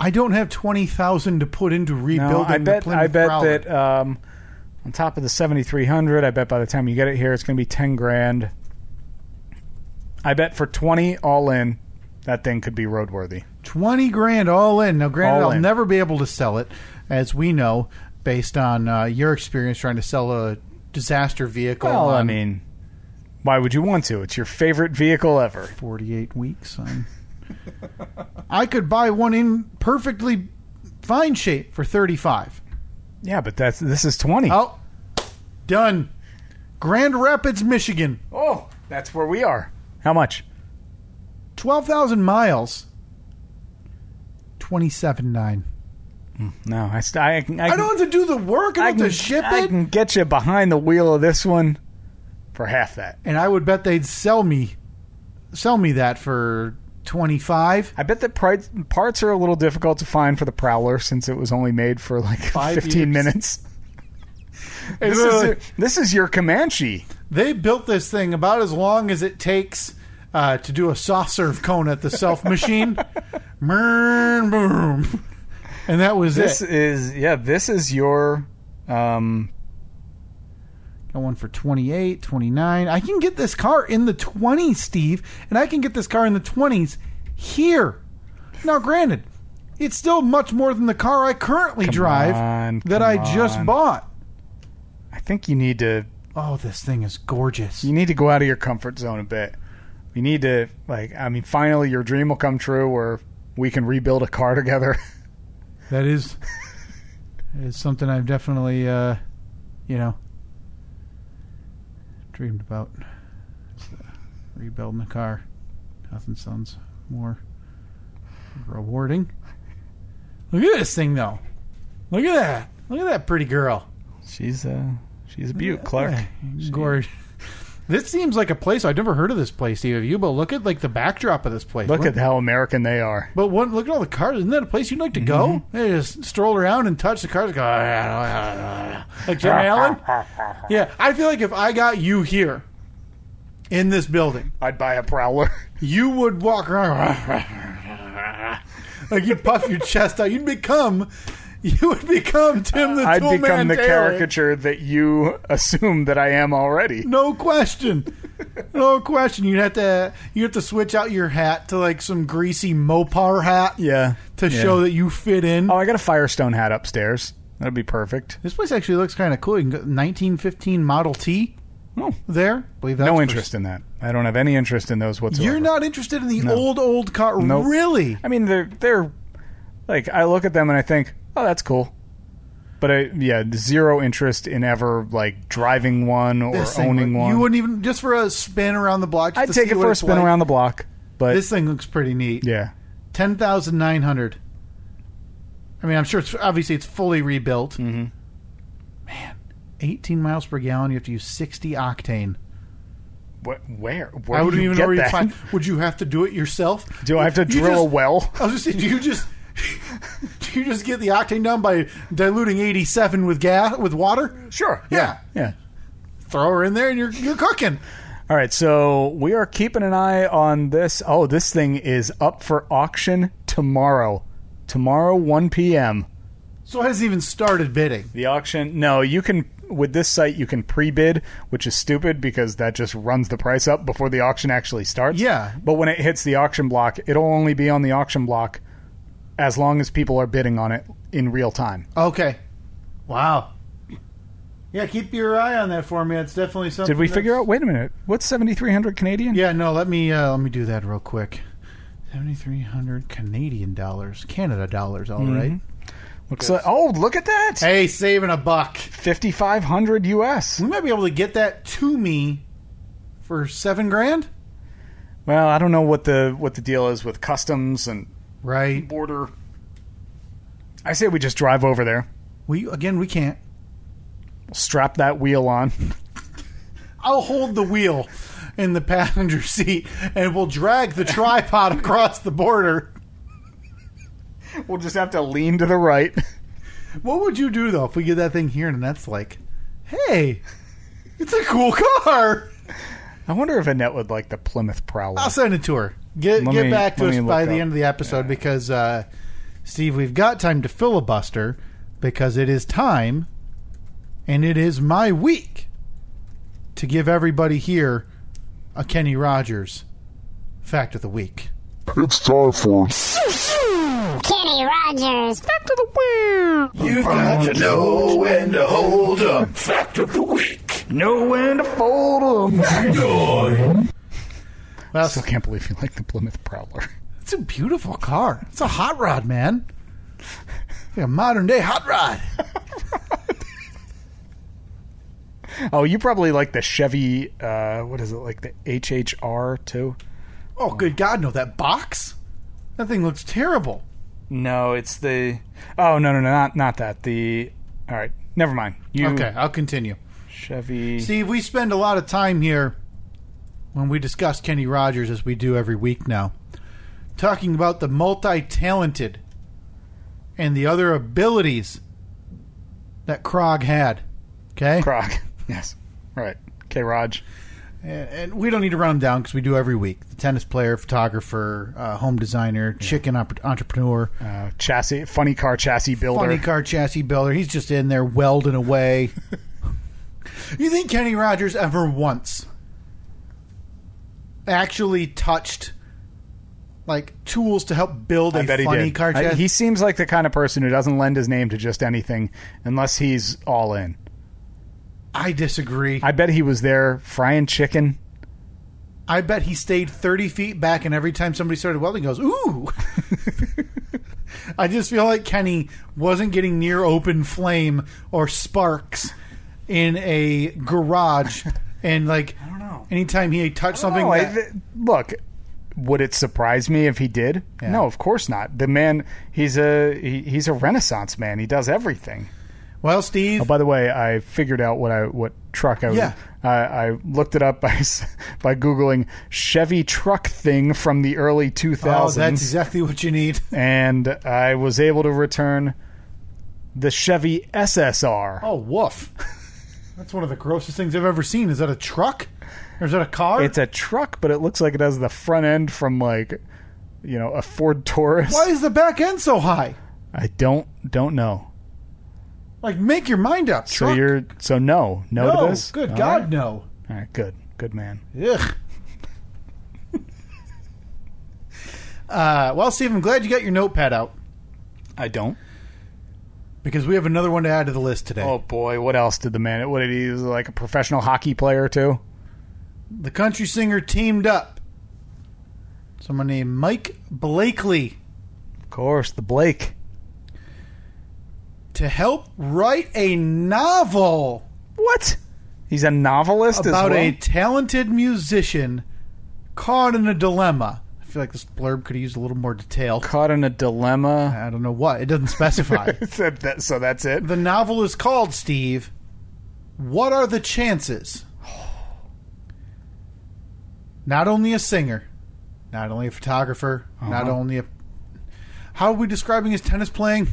Speaker 2: I don't have twenty thousand to put into rebuilding.
Speaker 3: No, I
Speaker 2: the
Speaker 3: bet
Speaker 2: Plymouth
Speaker 3: I bet
Speaker 2: Prowler.
Speaker 3: that um, on top of the seventy three hundred, I bet by the time you get it here, it's going to be ten grand. I bet for twenty all in, that thing could be roadworthy.
Speaker 2: twenty grand all in. Now, granted,
Speaker 3: All
Speaker 2: I'll
Speaker 3: in.
Speaker 2: never be able to sell it, as we know, based on uh, your experience trying to sell a disaster vehicle.
Speaker 3: Well, I
Speaker 2: on
Speaker 3: mean, why would you want to? It's your favorite vehicle ever.
Speaker 2: 48 weeks. son. I could buy one in perfectly fine shape for 35.
Speaker 3: Yeah, but that's this is twenty.
Speaker 2: Oh, done. Grand Rapids, Michigan.
Speaker 3: Oh, that's where we are. How much?
Speaker 2: 12,000 miles. 27.9.
Speaker 3: No, I, st- I, I, can-
Speaker 2: I don't have to do the work. I
Speaker 3: I
Speaker 2: don't have to ship
Speaker 3: I
Speaker 2: it.
Speaker 3: can get you behind the wheel of this one for half that.
Speaker 2: And I would bet they'd sell me sell me that for 25.
Speaker 3: I bet that pri- parts are a little difficult to find for the Prowler since it was only made for like
Speaker 2: Five
Speaker 3: 15
Speaker 2: years.
Speaker 3: minutes. this, is your, this is your Comanche.
Speaker 2: They built this thing about as long as it takes uh, to do a soft serve cone at the self machine. Burn, boom. And that was
Speaker 3: This
Speaker 2: it.
Speaker 3: is yeah. This is your um,
Speaker 2: Got one for 28, 29. I can get this car in the 20s, Steve, and I can get this car in the 20s here. Now, granted, it's still much more than the car I currently drive
Speaker 3: on,
Speaker 2: that
Speaker 3: come
Speaker 2: I just
Speaker 3: on.
Speaker 2: bought.
Speaker 3: I think you need to
Speaker 2: Oh, this thing is gorgeous.
Speaker 3: you need to go out of your comfort zone a bit. You need to like I mean finally your dream will come true where we can rebuild a car together.
Speaker 2: That is, that is something I've definitely, uh, you know, dreamed about. It's, uh, Rebuilding a car. Nothing sounds more rewarding. Look at this thing, though. Look at that. Look at that pretty girl.
Speaker 3: She's uh she's a beaut, Clark.
Speaker 2: Gorge. This seems like a place I've never heard of. This place, either of you, but look at like the backdrop of this place.
Speaker 3: Look
Speaker 2: What-
Speaker 3: at how American they are.
Speaker 2: But one, look at all the cars. Isn't that a place you'd like to go?
Speaker 3: Mm-hmm.
Speaker 2: They just stroll around and touch the cars. Go "Ah, like Jim Allen. Yeah, I feel like if I got you here in this building,
Speaker 3: I'd buy a prowler.
Speaker 2: you would walk around like you'd puff your chest out. You'd become, you would become Tim the
Speaker 3: I'd
Speaker 2: Toolman
Speaker 3: become the
Speaker 2: Taylor.
Speaker 3: caricature that you assume that I am already.
Speaker 2: No question. No question. You'd have to you have to switch out your hat to like some greasy Mopar hat.
Speaker 3: Yeah.
Speaker 2: To
Speaker 3: Yeah.
Speaker 2: show that you fit in.
Speaker 3: Oh, I got a Firestone hat upstairs. That'd be perfect.
Speaker 2: This place actually looks kind of cool. You can go 1915 Model T
Speaker 3: Oh,
Speaker 2: there. believe that's
Speaker 3: no
Speaker 2: for-
Speaker 3: interest in that. I don't have any interest in those whatsoever.
Speaker 2: You're not interested in the old old car,
Speaker 3: Nope.
Speaker 2: really?
Speaker 3: I mean, they're they're like I look at them and I think, oh, that's cool. But I, yeah, zero interest in ever like driving one or
Speaker 2: This thing
Speaker 3: owning
Speaker 2: look-
Speaker 3: one.
Speaker 2: You wouldn't even just for a spin around the block. just
Speaker 3: I'd
Speaker 2: to
Speaker 3: take
Speaker 2: see
Speaker 3: it
Speaker 2: what
Speaker 3: for a
Speaker 2: it's
Speaker 3: spin
Speaker 2: like.
Speaker 3: around the block. But
Speaker 2: This thing looks pretty neat.
Speaker 3: yeah,
Speaker 2: Ten thousand nine hundred. I mean, I'm sure it's obviously it's fully rebuilt. Mm-hmm. Man, eighteen miles per gallon. You have to use sixty octane.
Speaker 3: Wh- where where
Speaker 2: I
Speaker 3: do
Speaker 2: wouldn't
Speaker 3: you
Speaker 2: even know
Speaker 3: get
Speaker 2: where
Speaker 3: that?
Speaker 2: you'd find. Would you have to do it yourself?
Speaker 3: Do I have to
Speaker 2: You
Speaker 3: drill a
Speaker 2: just-
Speaker 3: well?
Speaker 2: I was just saying, do you just do you just get the octane down by diluting eighty seven with gas with water?
Speaker 3: Sure.
Speaker 2: Yeah.
Speaker 3: Yeah.
Speaker 2: Throw her in there and you're you're cooking.
Speaker 3: All right, so we are keeping an eye on this. Oh, this thing is up for auction tomorrow. Tomorrow, 1 p.m.
Speaker 2: So it hasn't even started bidding.
Speaker 3: The auction. No, you can with this site you can pre-bid, which is stupid because that just runs the price up before the auction actually starts.
Speaker 2: Yeah.
Speaker 3: But when it hits the auction block, it'll only be on the auction block as long as people are bidding on it in real time.
Speaker 2: Okay. Wow. Yeah, keep your eye on that for me. It's definitely something.
Speaker 3: Did we figure
Speaker 2: that's-
Speaker 3: out? Wait a minute. What's 7300 Canadian?
Speaker 2: Yeah, no. Let me uh, let me do that real quick. Seventy three hundred Canadian dollars, Canada dollars. All right.
Speaker 3: Mm-hmm. Looks like, oh, look at that.
Speaker 2: Hey, saving a buck.
Speaker 3: 5500 US.
Speaker 2: We might be able to get that to me for seven grand.
Speaker 3: Well, I don't know what the what the deal is with customs and
Speaker 2: Right.
Speaker 3: border. I say we just drive over there,
Speaker 2: We again. We can't.
Speaker 3: strap that wheel on.
Speaker 2: I'll hold the wheel in the passenger seat, and we'll drag the tripod across the border.
Speaker 3: We'll just have to lean to the right.
Speaker 2: What would you do though if we get that thing here and that's like, hey, it's a cool car.
Speaker 3: I wonder if Annette would like the Plymouth Prowler.
Speaker 2: I'll send it to her. Get
Speaker 3: Let
Speaker 2: get
Speaker 3: me-
Speaker 2: back to
Speaker 3: let
Speaker 2: us
Speaker 3: me
Speaker 2: by
Speaker 3: look
Speaker 2: the
Speaker 3: up.
Speaker 2: end of the episode because uh, Steve, we've got time to filibuster because it is time, and it is my week to give everybody here a Kenny Rogers fact of the week.
Speaker 5: It's time for
Speaker 6: Kenny Rogers. Back to the
Speaker 4: You've got to know when to hold 'em. Fact of the week. Know when to fold 'em.
Speaker 2: Well,
Speaker 3: Still can't believe you like the Plymouth Prowler.
Speaker 2: it's a beautiful car. It's a hot rod, man. Like a modern day hot rod.
Speaker 3: Oh, you probably like the Chevy. Uh, what is it like the HHR too?
Speaker 2: Oh, good God, no! That box, that thing looks terrible.
Speaker 3: No, it's the. Oh no no no not not that the. All right, never mind. You
Speaker 2: Okay, I'll continue.
Speaker 3: Chevy.
Speaker 2: Steve, we spend a lot of time here when we discuss Kenny Rogers, as we do every week now, talking about the multi talented and the other abilities that Krog had. Okay?
Speaker 3: Croc. Yes. Right. K. Raj.
Speaker 2: And, and we don't need to run them down because we do every week the tennis player, photographer, uh, home designer, chicken op- entrepreneur,
Speaker 3: Uh, chassis. Funny car chassis builder.
Speaker 2: funny car chassis builder. He's just in there welding away. you think Kenny Rogers ever once actually touched like tools to help build a
Speaker 3: I bet he
Speaker 2: funny
Speaker 3: did.
Speaker 2: car
Speaker 3: I-
Speaker 2: chassis?
Speaker 3: he seems like the kind of person who doesn't lend his name to just anything unless he's all in.
Speaker 2: I disagree. I,
Speaker 3: I bet he was there frying chicken.
Speaker 2: bet he stayed thirty feet back, and every time somebody started welding, he goes ooh. I just feel like Kenny wasn't getting near open flame or sparks in a garage, and like I don't know. Anytime he touched something,
Speaker 3: No, I-
Speaker 2: that-
Speaker 3: th- look, would it surprise me if he did? No, of course not. The man, he's a he, he's a renaissance man. He does everything.
Speaker 2: Well, Steve,
Speaker 3: Oh, by the way, I figured out what I what truck I was.
Speaker 2: Yeah.
Speaker 3: I, I looked it up by s- by googling Chevy truck thing from the early two
Speaker 2: oh,
Speaker 3: thousands,
Speaker 2: that's exactly what you need.
Speaker 3: and I was able to return the Chevy SSR.
Speaker 2: Oh, woof. That's one of the grossest things I've ever seen. Is that a truck? Or is that a car?
Speaker 3: It's a truck, but it looks like it has the front end from like you know a Ford Taurus.
Speaker 2: Why is the back end so high?
Speaker 3: I don't don't know.
Speaker 2: Like, make your mind up.
Speaker 3: So
Speaker 2: truck.
Speaker 3: you're so no no,
Speaker 2: no,
Speaker 3: to this.
Speaker 2: good
Speaker 3: All
Speaker 2: God,
Speaker 3: right.
Speaker 2: no.
Speaker 3: All right, good good man.
Speaker 2: Ugh. uh, well, Steve, I'm glad you got your notepad out
Speaker 3: I don't.
Speaker 2: because we have another one to add to the list today.
Speaker 3: Oh boy, what else did the man? What did he he was like a professional hockey player too?
Speaker 2: The country singer teamed up. Someone named Mike Blakely
Speaker 3: Of course, the Blake.
Speaker 2: to help write a novel
Speaker 3: What? He's a novelist
Speaker 2: about
Speaker 3: as well?
Speaker 2: a talented musician caught in a dilemma. I feel like this blurb could have used a little more detail.
Speaker 3: caught in a dilemma.
Speaker 2: I don't know what. It doesn't specify.
Speaker 3: so that- so that's it.
Speaker 2: the novel is called, Steve, What Are the Chances? Not only a singer, not only a photographer, not only a. How are we describing his tennis playing?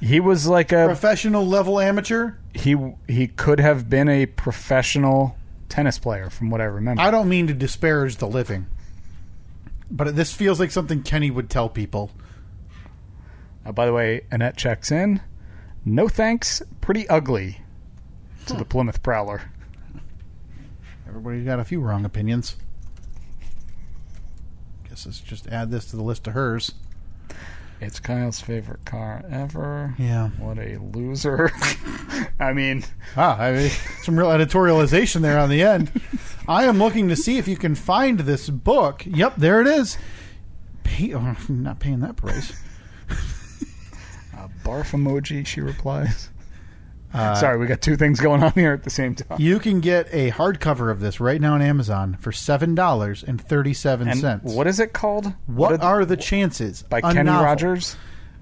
Speaker 3: He was like a
Speaker 2: Professional level amateur?
Speaker 3: he he could have been a professional tennis player from what I remember.
Speaker 2: I don't mean to disparage the living, but this feels like something Kenny would tell people.
Speaker 3: Uh, by the way, Annette checks in. No thanks. Pretty ugly to the Plymouth Prowler.
Speaker 2: Everybody's got a few wrong opinions. Guess let's just add this to the list of hers.
Speaker 3: It's Kyle's favorite car ever.
Speaker 2: Yeah.
Speaker 3: What a loser. I mean,
Speaker 2: Ah, I mean, some real editorialization there on the end. I am looking to see if you can find this book. Yep, there it is. Pay, oh, I'm not paying that price.
Speaker 3: barf emoji, she replies.
Speaker 2: Uh,
Speaker 3: Sorry, we got two things going on here at the same time.
Speaker 2: You can get a hardcover of this right now on Amazon for seven dollars and thirty-seven
Speaker 3: And
Speaker 2: cents.
Speaker 3: what is it called?
Speaker 2: What
Speaker 3: did-
Speaker 2: are the chances?
Speaker 3: by
Speaker 2: A
Speaker 3: Kenny
Speaker 2: novel.
Speaker 3: Rogers?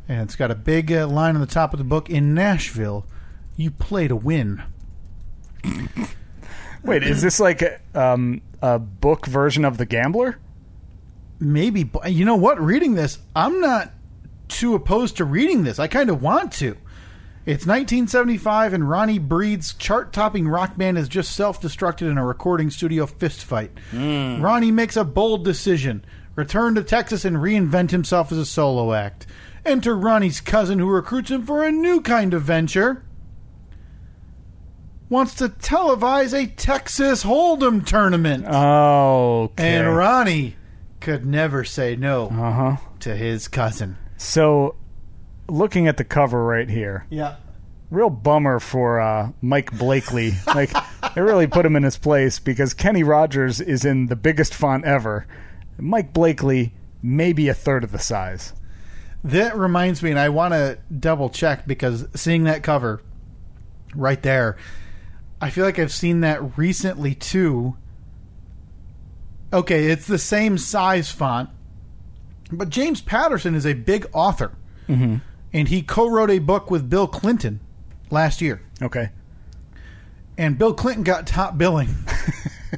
Speaker 2: And it's got a big uh, line on the top of the book in Nashville. You play to win.
Speaker 3: Wait, is this like a, um, a book version of The Gambler?
Speaker 2: Maybe, but you know what? Reading this, I'm not too opposed to reading this. I kind of want to. It's 1975, and Ronnie Breed's chart topping rock band is just self destructed in a recording studio fistfight. Ronnie makes a bold decision return to Texas and reinvent himself as a solo act. Enter Ronnie's cousin, who recruits him for a new kind of venture. Wants to televise a Texas Hold'em tournament.
Speaker 3: Oh,
Speaker 2: And Ronnie could never say no
Speaker 3: Uh huh.
Speaker 2: to his cousin.
Speaker 3: So, looking at the cover right here,
Speaker 2: Yeah.
Speaker 3: real bummer for uh, Mike Blakely. like they really put him in his place because Kenny Rogers is in the biggest font ever. Mike Blakely maybe a third of the size.
Speaker 2: That reminds me, and I want to double check because seeing that cover right there, I feel like I've seen that recently too. Okay, it's the same size font, but James Patterson is a big author, and he co wrote a book with Bill Clinton last year.
Speaker 3: Okay.
Speaker 2: And Bill Clinton got top billing.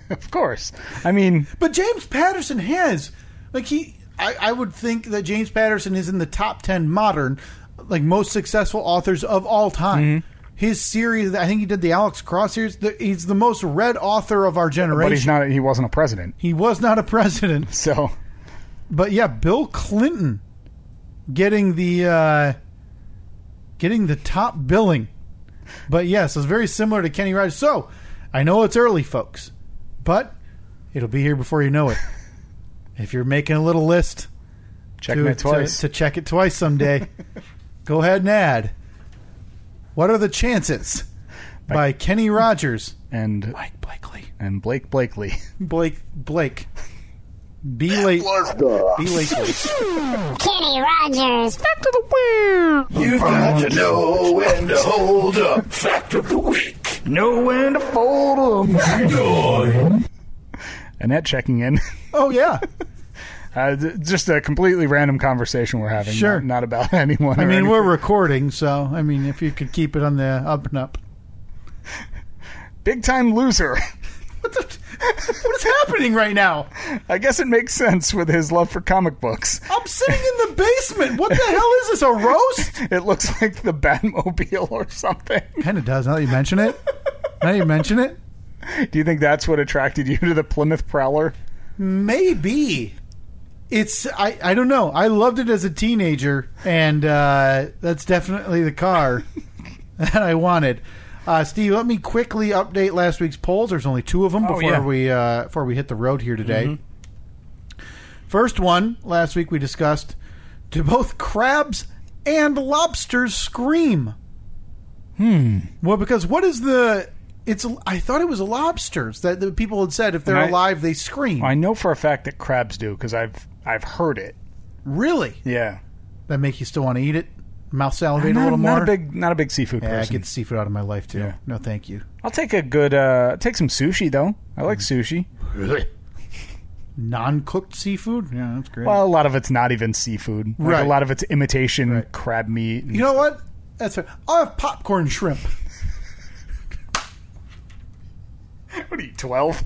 Speaker 3: Of course. I mean,
Speaker 2: But James Patterson has, like, he. I, I would think that James Patterson is in the top ten modern, like, most successful authors of all time.
Speaker 3: Mm-hmm.
Speaker 2: His series, I think he did the Alex Cross series. The, he's the most read author of our generation.
Speaker 3: but he's not. He wasn't a president.
Speaker 2: He was not a president,
Speaker 3: So
Speaker 2: but yeah, Bill Clinton getting the uh, getting the top billing. But yes, it's very similar to Kenny Rogers. So I know it's early, folks, but it'll be here before you know it. if you're making a little list
Speaker 3: check
Speaker 2: to,
Speaker 3: me twice.
Speaker 2: to, to check it twice someday, go ahead and add. What are the chances? By Kenny Rogers,
Speaker 3: and
Speaker 2: Blake Blakely,
Speaker 3: and Blake Blakely.
Speaker 2: Blake Blake, be late, be late.
Speaker 6: Kenny Rogers. Back to the
Speaker 5: You've got to know when to hold up. Fact of the week. Know when to fold 'em. Joy.
Speaker 3: Annette checking in.
Speaker 2: Oh yeah.
Speaker 3: Uh, th- just a completely random conversation we're having.
Speaker 2: Sure.
Speaker 3: Not, not about anyone.
Speaker 2: I
Speaker 3: or
Speaker 2: mean, we're
Speaker 3: anything.
Speaker 2: recording, so I mean, if you could keep it on the up and up.
Speaker 3: big time loser.
Speaker 2: What the? What is happening right now?
Speaker 3: I guess it makes sense with his love for comic books.
Speaker 2: I'm sitting in the basement. What the hell is this? A roast?
Speaker 3: It looks like the Batmobile or something.
Speaker 2: Kind of does. Now that you mention it. Now that you mention it.
Speaker 3: Do you think that's what attracted you to the Plymouth Prowler?
Speaker 2: Maybe. It's I, I don't know. I loved it as a teenager, and uh, that's definitely the car that I wanted. Uh, Steve, let me quickly update last week's polls. There's only two of them before
Speaker 3: Oh, yeah.
Speaker 2: we uh, before we hit the road here today.
Speaker 3: Mm-hmm.
Speaker 2: First one last week we discussed: Do both crabs and lobsters scream? Hmm. Well, because what is the? It's I thought it was lobsters that the people had said if they're
Speaker 3: And I-
Speaker 2: alive they scream.
Speaker 3: I know for a fact that crabs do because I've I've heard it.
Speaker 2: Really?
Speaker 3: Yeah.
Speaker 2: That make you still want to eat it? Mouth salivate a
Speaker 3: Not,
Speaker 2: little
Speaker 3: not
Speaker 2: more?
Speaker 3: a big not a big seafood
Speaker 2: yeah, I
Speaker 3: person.
Speaker 2: get seafood out of my life too.
Speaker 3: Yeah.
Speaker 2: No, thank you.
Speaker 3: I'll take a good uh take some sushi though. I like
Speaker 2: Mm.
Speaker 3: sushi.
Speaker 2: Non-cooked seafood? Yeah, that's great.
Speaker 3: Well, a lot of it's not even seafood. Like,
Speaker 2: Right.
Speaker 3: A lot of it's imitation crab meat. and-
Speaker 2: you know what? That's fair. I'll have popcorn shrimp.
Speaker 3: what are you, 12?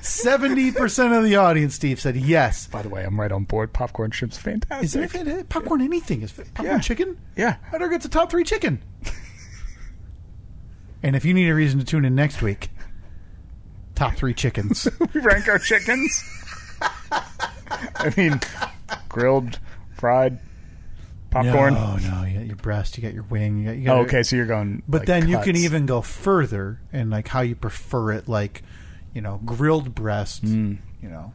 Speaker 2: Seventy percent of the audience, Steve said yes.
Speaker 3: By the way, I'm right on board. Popcorn shrimp's fantastic.
Speaker 2: Is it, if it- popcorn anything? Is it popcorn
Speaker 3: Yeah.
Speaker 2: chicken?
Speaker 3: Yeah.
Speaker 2: I don't get the top three chicken. and if you need a reason to tune in next week, top three chickens.
Speaker 3: We rank our chickens. I mean, grilled, fried, popcorn.
Speaker 2: No, Oh, no, you got your breast, you got your wing, you got, you got
Speaker 3: Oh,
Speaker 2: your-
Speaker 3: okay, so you're going.
Speaker 2: But
Speaker 3: like,
Speaker 2: then you can
Speaker 3: cuts.
Speaker 2: even go further and like how you prefer it, like you know, grilled breast,
Speaker 3: Mm.
Speaker 2: you know,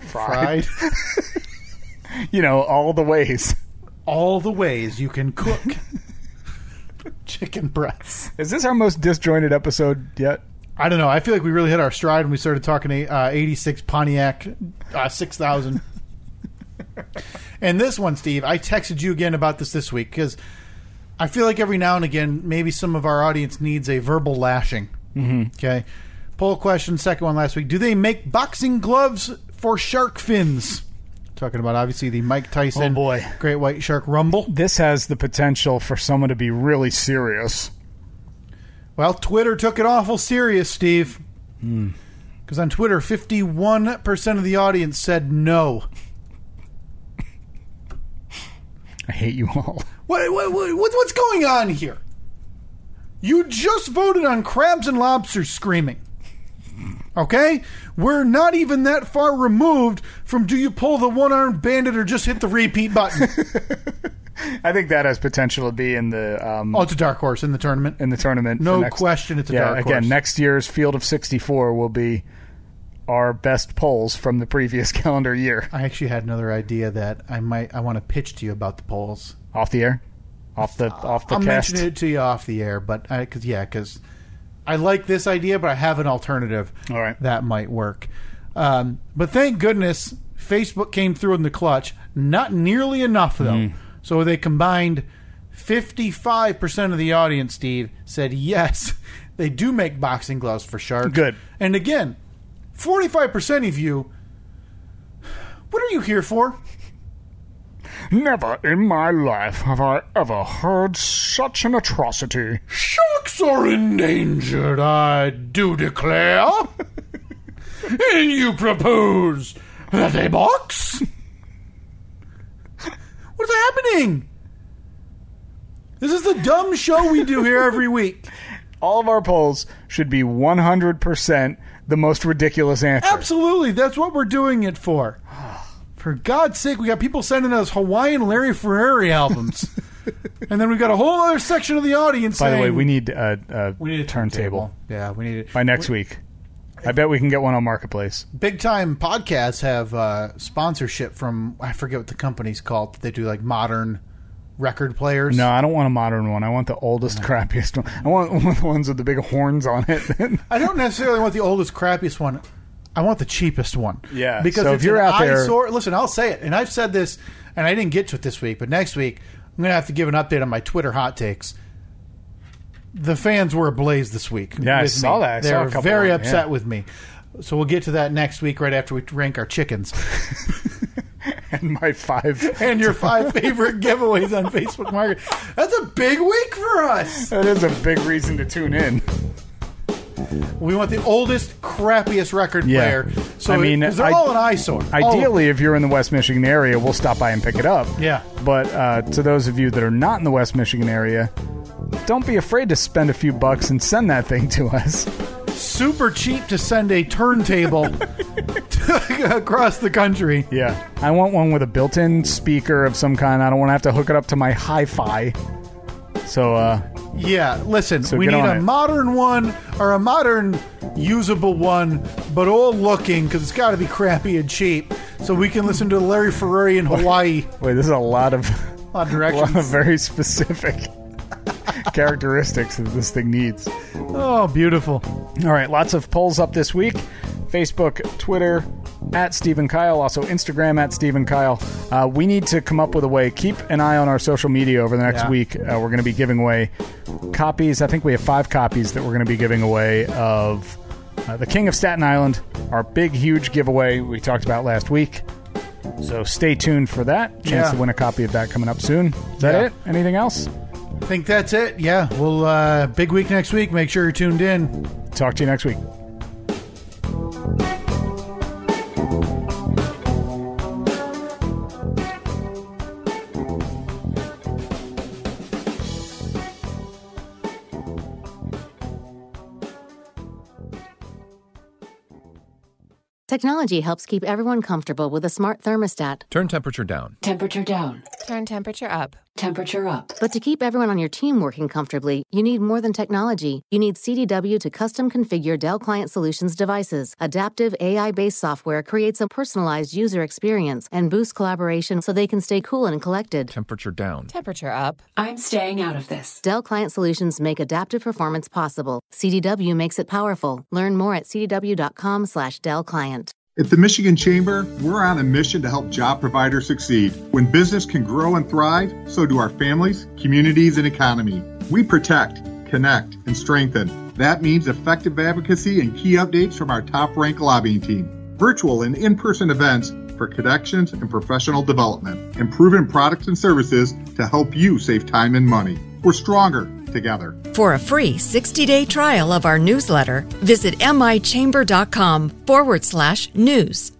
Speaker 2: fried,
Speaker 3: you know, all the ways.
Speaker 2: all the ways you can cook chicken breasts.
Speaker 3: Is this our most disjointed episode yet?
Speaker 2: I don't know. I feel like we really hit our stride when we started talking uh, '86 Pontiac uh, 6000. and this one, Steve, I texted you again about this this week because I feel like every now and again, maybe some of our audience needs a verbal lashing. Mm-hmm. Okay. Poll question, second one last week. Do they make boxing gloves for shark fins? Talking about obviously the Mike Tyson
Speaker 3: Oh, boy.
Speaker 2: Great White Shark Rumble.
Speaker 3: This has the potential for someone to be really serious.
Speaker 2: Well, Twitter took it awful serious, Steve. Because on Twitter, 51% of the audience said no.
Speaker 3: I hate you all.
Speaker 2: What, what, what, what- what's going on here? You just voted on crabs and lobsters screaming. Okay? We're not even that far removed from do you pull the one armed bandit or just hit the repeat button?
Speaker 3: I think that has potential to be in the um,
Speaker 2: oh, it's a dark horse in the tournament.
Speaker 3: in the tournament. for
Speaker 2: No
Speaker 3: next-
Speaker 2: question it's a
Speaker 3: yeah,
Speaker 2: dark
Speaker 3: again,
Speaker 2: horse.
Speaker 3: next year's field of 64 will be our best polls from the previous calendar year.
Speaker 2: I actually had another idea that I might I want to pitch to you about the polls.
Speaker 3: Off the air, off the off the
Speaker 2: I'll
Speaker 3: cast.
Speaker 2: mention Uh, it to you off the air, but I, cause yeah, because I like this idea, but I have an alternative
Speaker 3: All right.
Speaker 2: that might work. Um, but thank goodness Facebook came through in the clutch. Not nearly enough though.
Speaker 3: Mm.
Speaker 2: So they combined fifty-five percent of the audience. Steve said yes, they do make boxing gloves for sharks.
Speaker 3: Good.
Speaker 2: And again, forty-five percent of you. What are you here for?
Speaker 3: Never in my life have I ever heard such an atrocity.
Speaker 2: Sharks are endangered, I do declare. and you propose that they box? What's happening? This is the dumb show we do here every week.
Speaker 3: All of our polls should be 100% the most ridiculous answer.
Speaker 2: Absolutely, that's what we're doing it for. For God's sake, we got people sending us Hawaiian Larry Ferrari albums. and then we got a whole other section of the audience
Speaker 3: By the way,
Speaker 2: saying-
Speaker 3: we need a, a
Speaker 2: We need a
Speaker 3: turntable
Speaker 2: Yeah, we need it.
Speaker 3: by next week. I bet we can get one on Marketplace.
Speaker 2: big time podcasts have uh, sponsorship from I forget what the company's called. They do like modern record players.
Speaker 3: No, I don't want a modern one. I want the oldest, crappiest one. I want one of the ones with the big horns on it.
Speaker 2: I don't necessarily want the oldest, crappiest one. I want the cheapest one.
Speaker 3: Yeah,
Speaker 2: because
Speaker 3: so if
Speaker 2: it's
Speaker 3: you're
Speaker 2: an
Speaker 3: out there-
Speaker 2: eyesore- listen, I'll say it, and I've said this, and I didn't get to it this week, but next week I'm going to have to give an update on my Twitter hot takes. The fans were ablaze this week.
Speaker 3: Yeah, I
Speaker 2: with
Speaker 3: saw
Speaker 2: me.
Speaker 3: that. I
Speaker 2: they
Speaker 3: saw a
Speaker 2: were
Speaker 3: couple
Speaker 2: very
Speaker 3: of them,
Speaker 2: upset
Speaker 3: yeah.
Speaker 2: with me. So we'll get to that next week, right after we rank our chickens
Speaker 3: and my five.
Speaker 2: and your five favorite giveaways on Facebook Market. That's a big week for us.
Speaker 3: That is a big reason to tune in.
Speaker 2: We want the oldest, crappiest record
Speaker 3: Yeah.
Speaker 2: player. So
Speaker 3: I mean,
Speaker 2: 'cause they're
Speaker 3: I-
Speaker 2: all an eyesore. All of
Speaker 3: Ideally, if you're in the West Michigan area, we'll stop by and pick it up.
Speaker 2: Yeah.
Speaker 3: But uh, to those of you that are not in the West Michigan area, don't be afraid to spend a few bucks and send that thing to us.
Speaker 2: super cheap to send a turntable across the country.
Speaker 3: Yeah. I want one with a built in speaker of some kind. I don't want to have to hook it up to my hi fi. So, uh,
Speaker 2: Yeah, listen,
Speaker 3: So
Speaker 2: we
Speaker 3: get
Speaker 2: need
Speaker 3: on
Speaker 2: a
Speaker 3: it.
Speaker 2: modern one or a modern usable one, but old looking because it's got to be crappy and cheap, so we can listen to Larry Ferrari in Hawaii.
Speaker 3: wait, this is a lot of,
Speaker 2: A lot of
Speaker 3: a lot of
Speaker 2: directions.
Speaker 3: very specific characteristics that this thing needs.
Speaker 2: Oh, beautiful.
Speaker 3: All right, lots of polls up this week. Facebook, Twitter, at Stephen Kyle, also Instagram at Stephen Kyle. Uh, we need to come up with a way. Keep an eye on our social media over the next
Speaker 2: Yeah.
Speaker 3: week. Uh, we're going to be giving away copies. I think we have five copies that we're going to be giving away of uh, The King of Staten Island, our big, huge giveaway we talked about last week. So stay tuned for that. Chance
Speaker 2: Yeah.
Speaker 3: to win a copy of that coming up soon. Is that
Speaker 2: Yeah.
Speaker 3: it? Anything else?
Speaker 2: I think that's it. Yeah, well, uh, big week next week. Make sure you're tuned in.
Speaker 3: Talk to you next week.
Speaker 7: Technology helps keep everyone comfortable with a smart thermostat.
Speaker 8: Turn temperature down.
Speaker 9: Temperature down.
Speaker 10: Turn temperature up.
Speaker 9: Temperature up.
Speaker 7: But to keep everyone on your team working comfortably, you need more than technology. You need CDW to custom configure Dell Client Solutions devices. Adaptive AI based software creates a personalized user experience and boosts collaboration so they can stay cool and collected.
Speaker 8: Temperature down.
Speaker 10: Temperature up.
Speaker 9: I'm staying out of this.
Speaker 7: Dell Client Solutions make adaptive performance possible. CDW makes it powerful. Learn more at cdw.com slash Dell Client.
Speaker 11: At the Michigan Chamber, we're on a mission to help job providers succeed. When business can grow and thrive, so do our families, communities, and economy. We protect, connect, and strengthen. That means effective advocacy and key updates from our top ranked lobbying team, virtual and in person events for connections and professional development, and proven products and services to help you save time and money. We're stronger together.
Speaker 12: For a free 60 day trial of our newsletter, visit michamber.com forward slash news.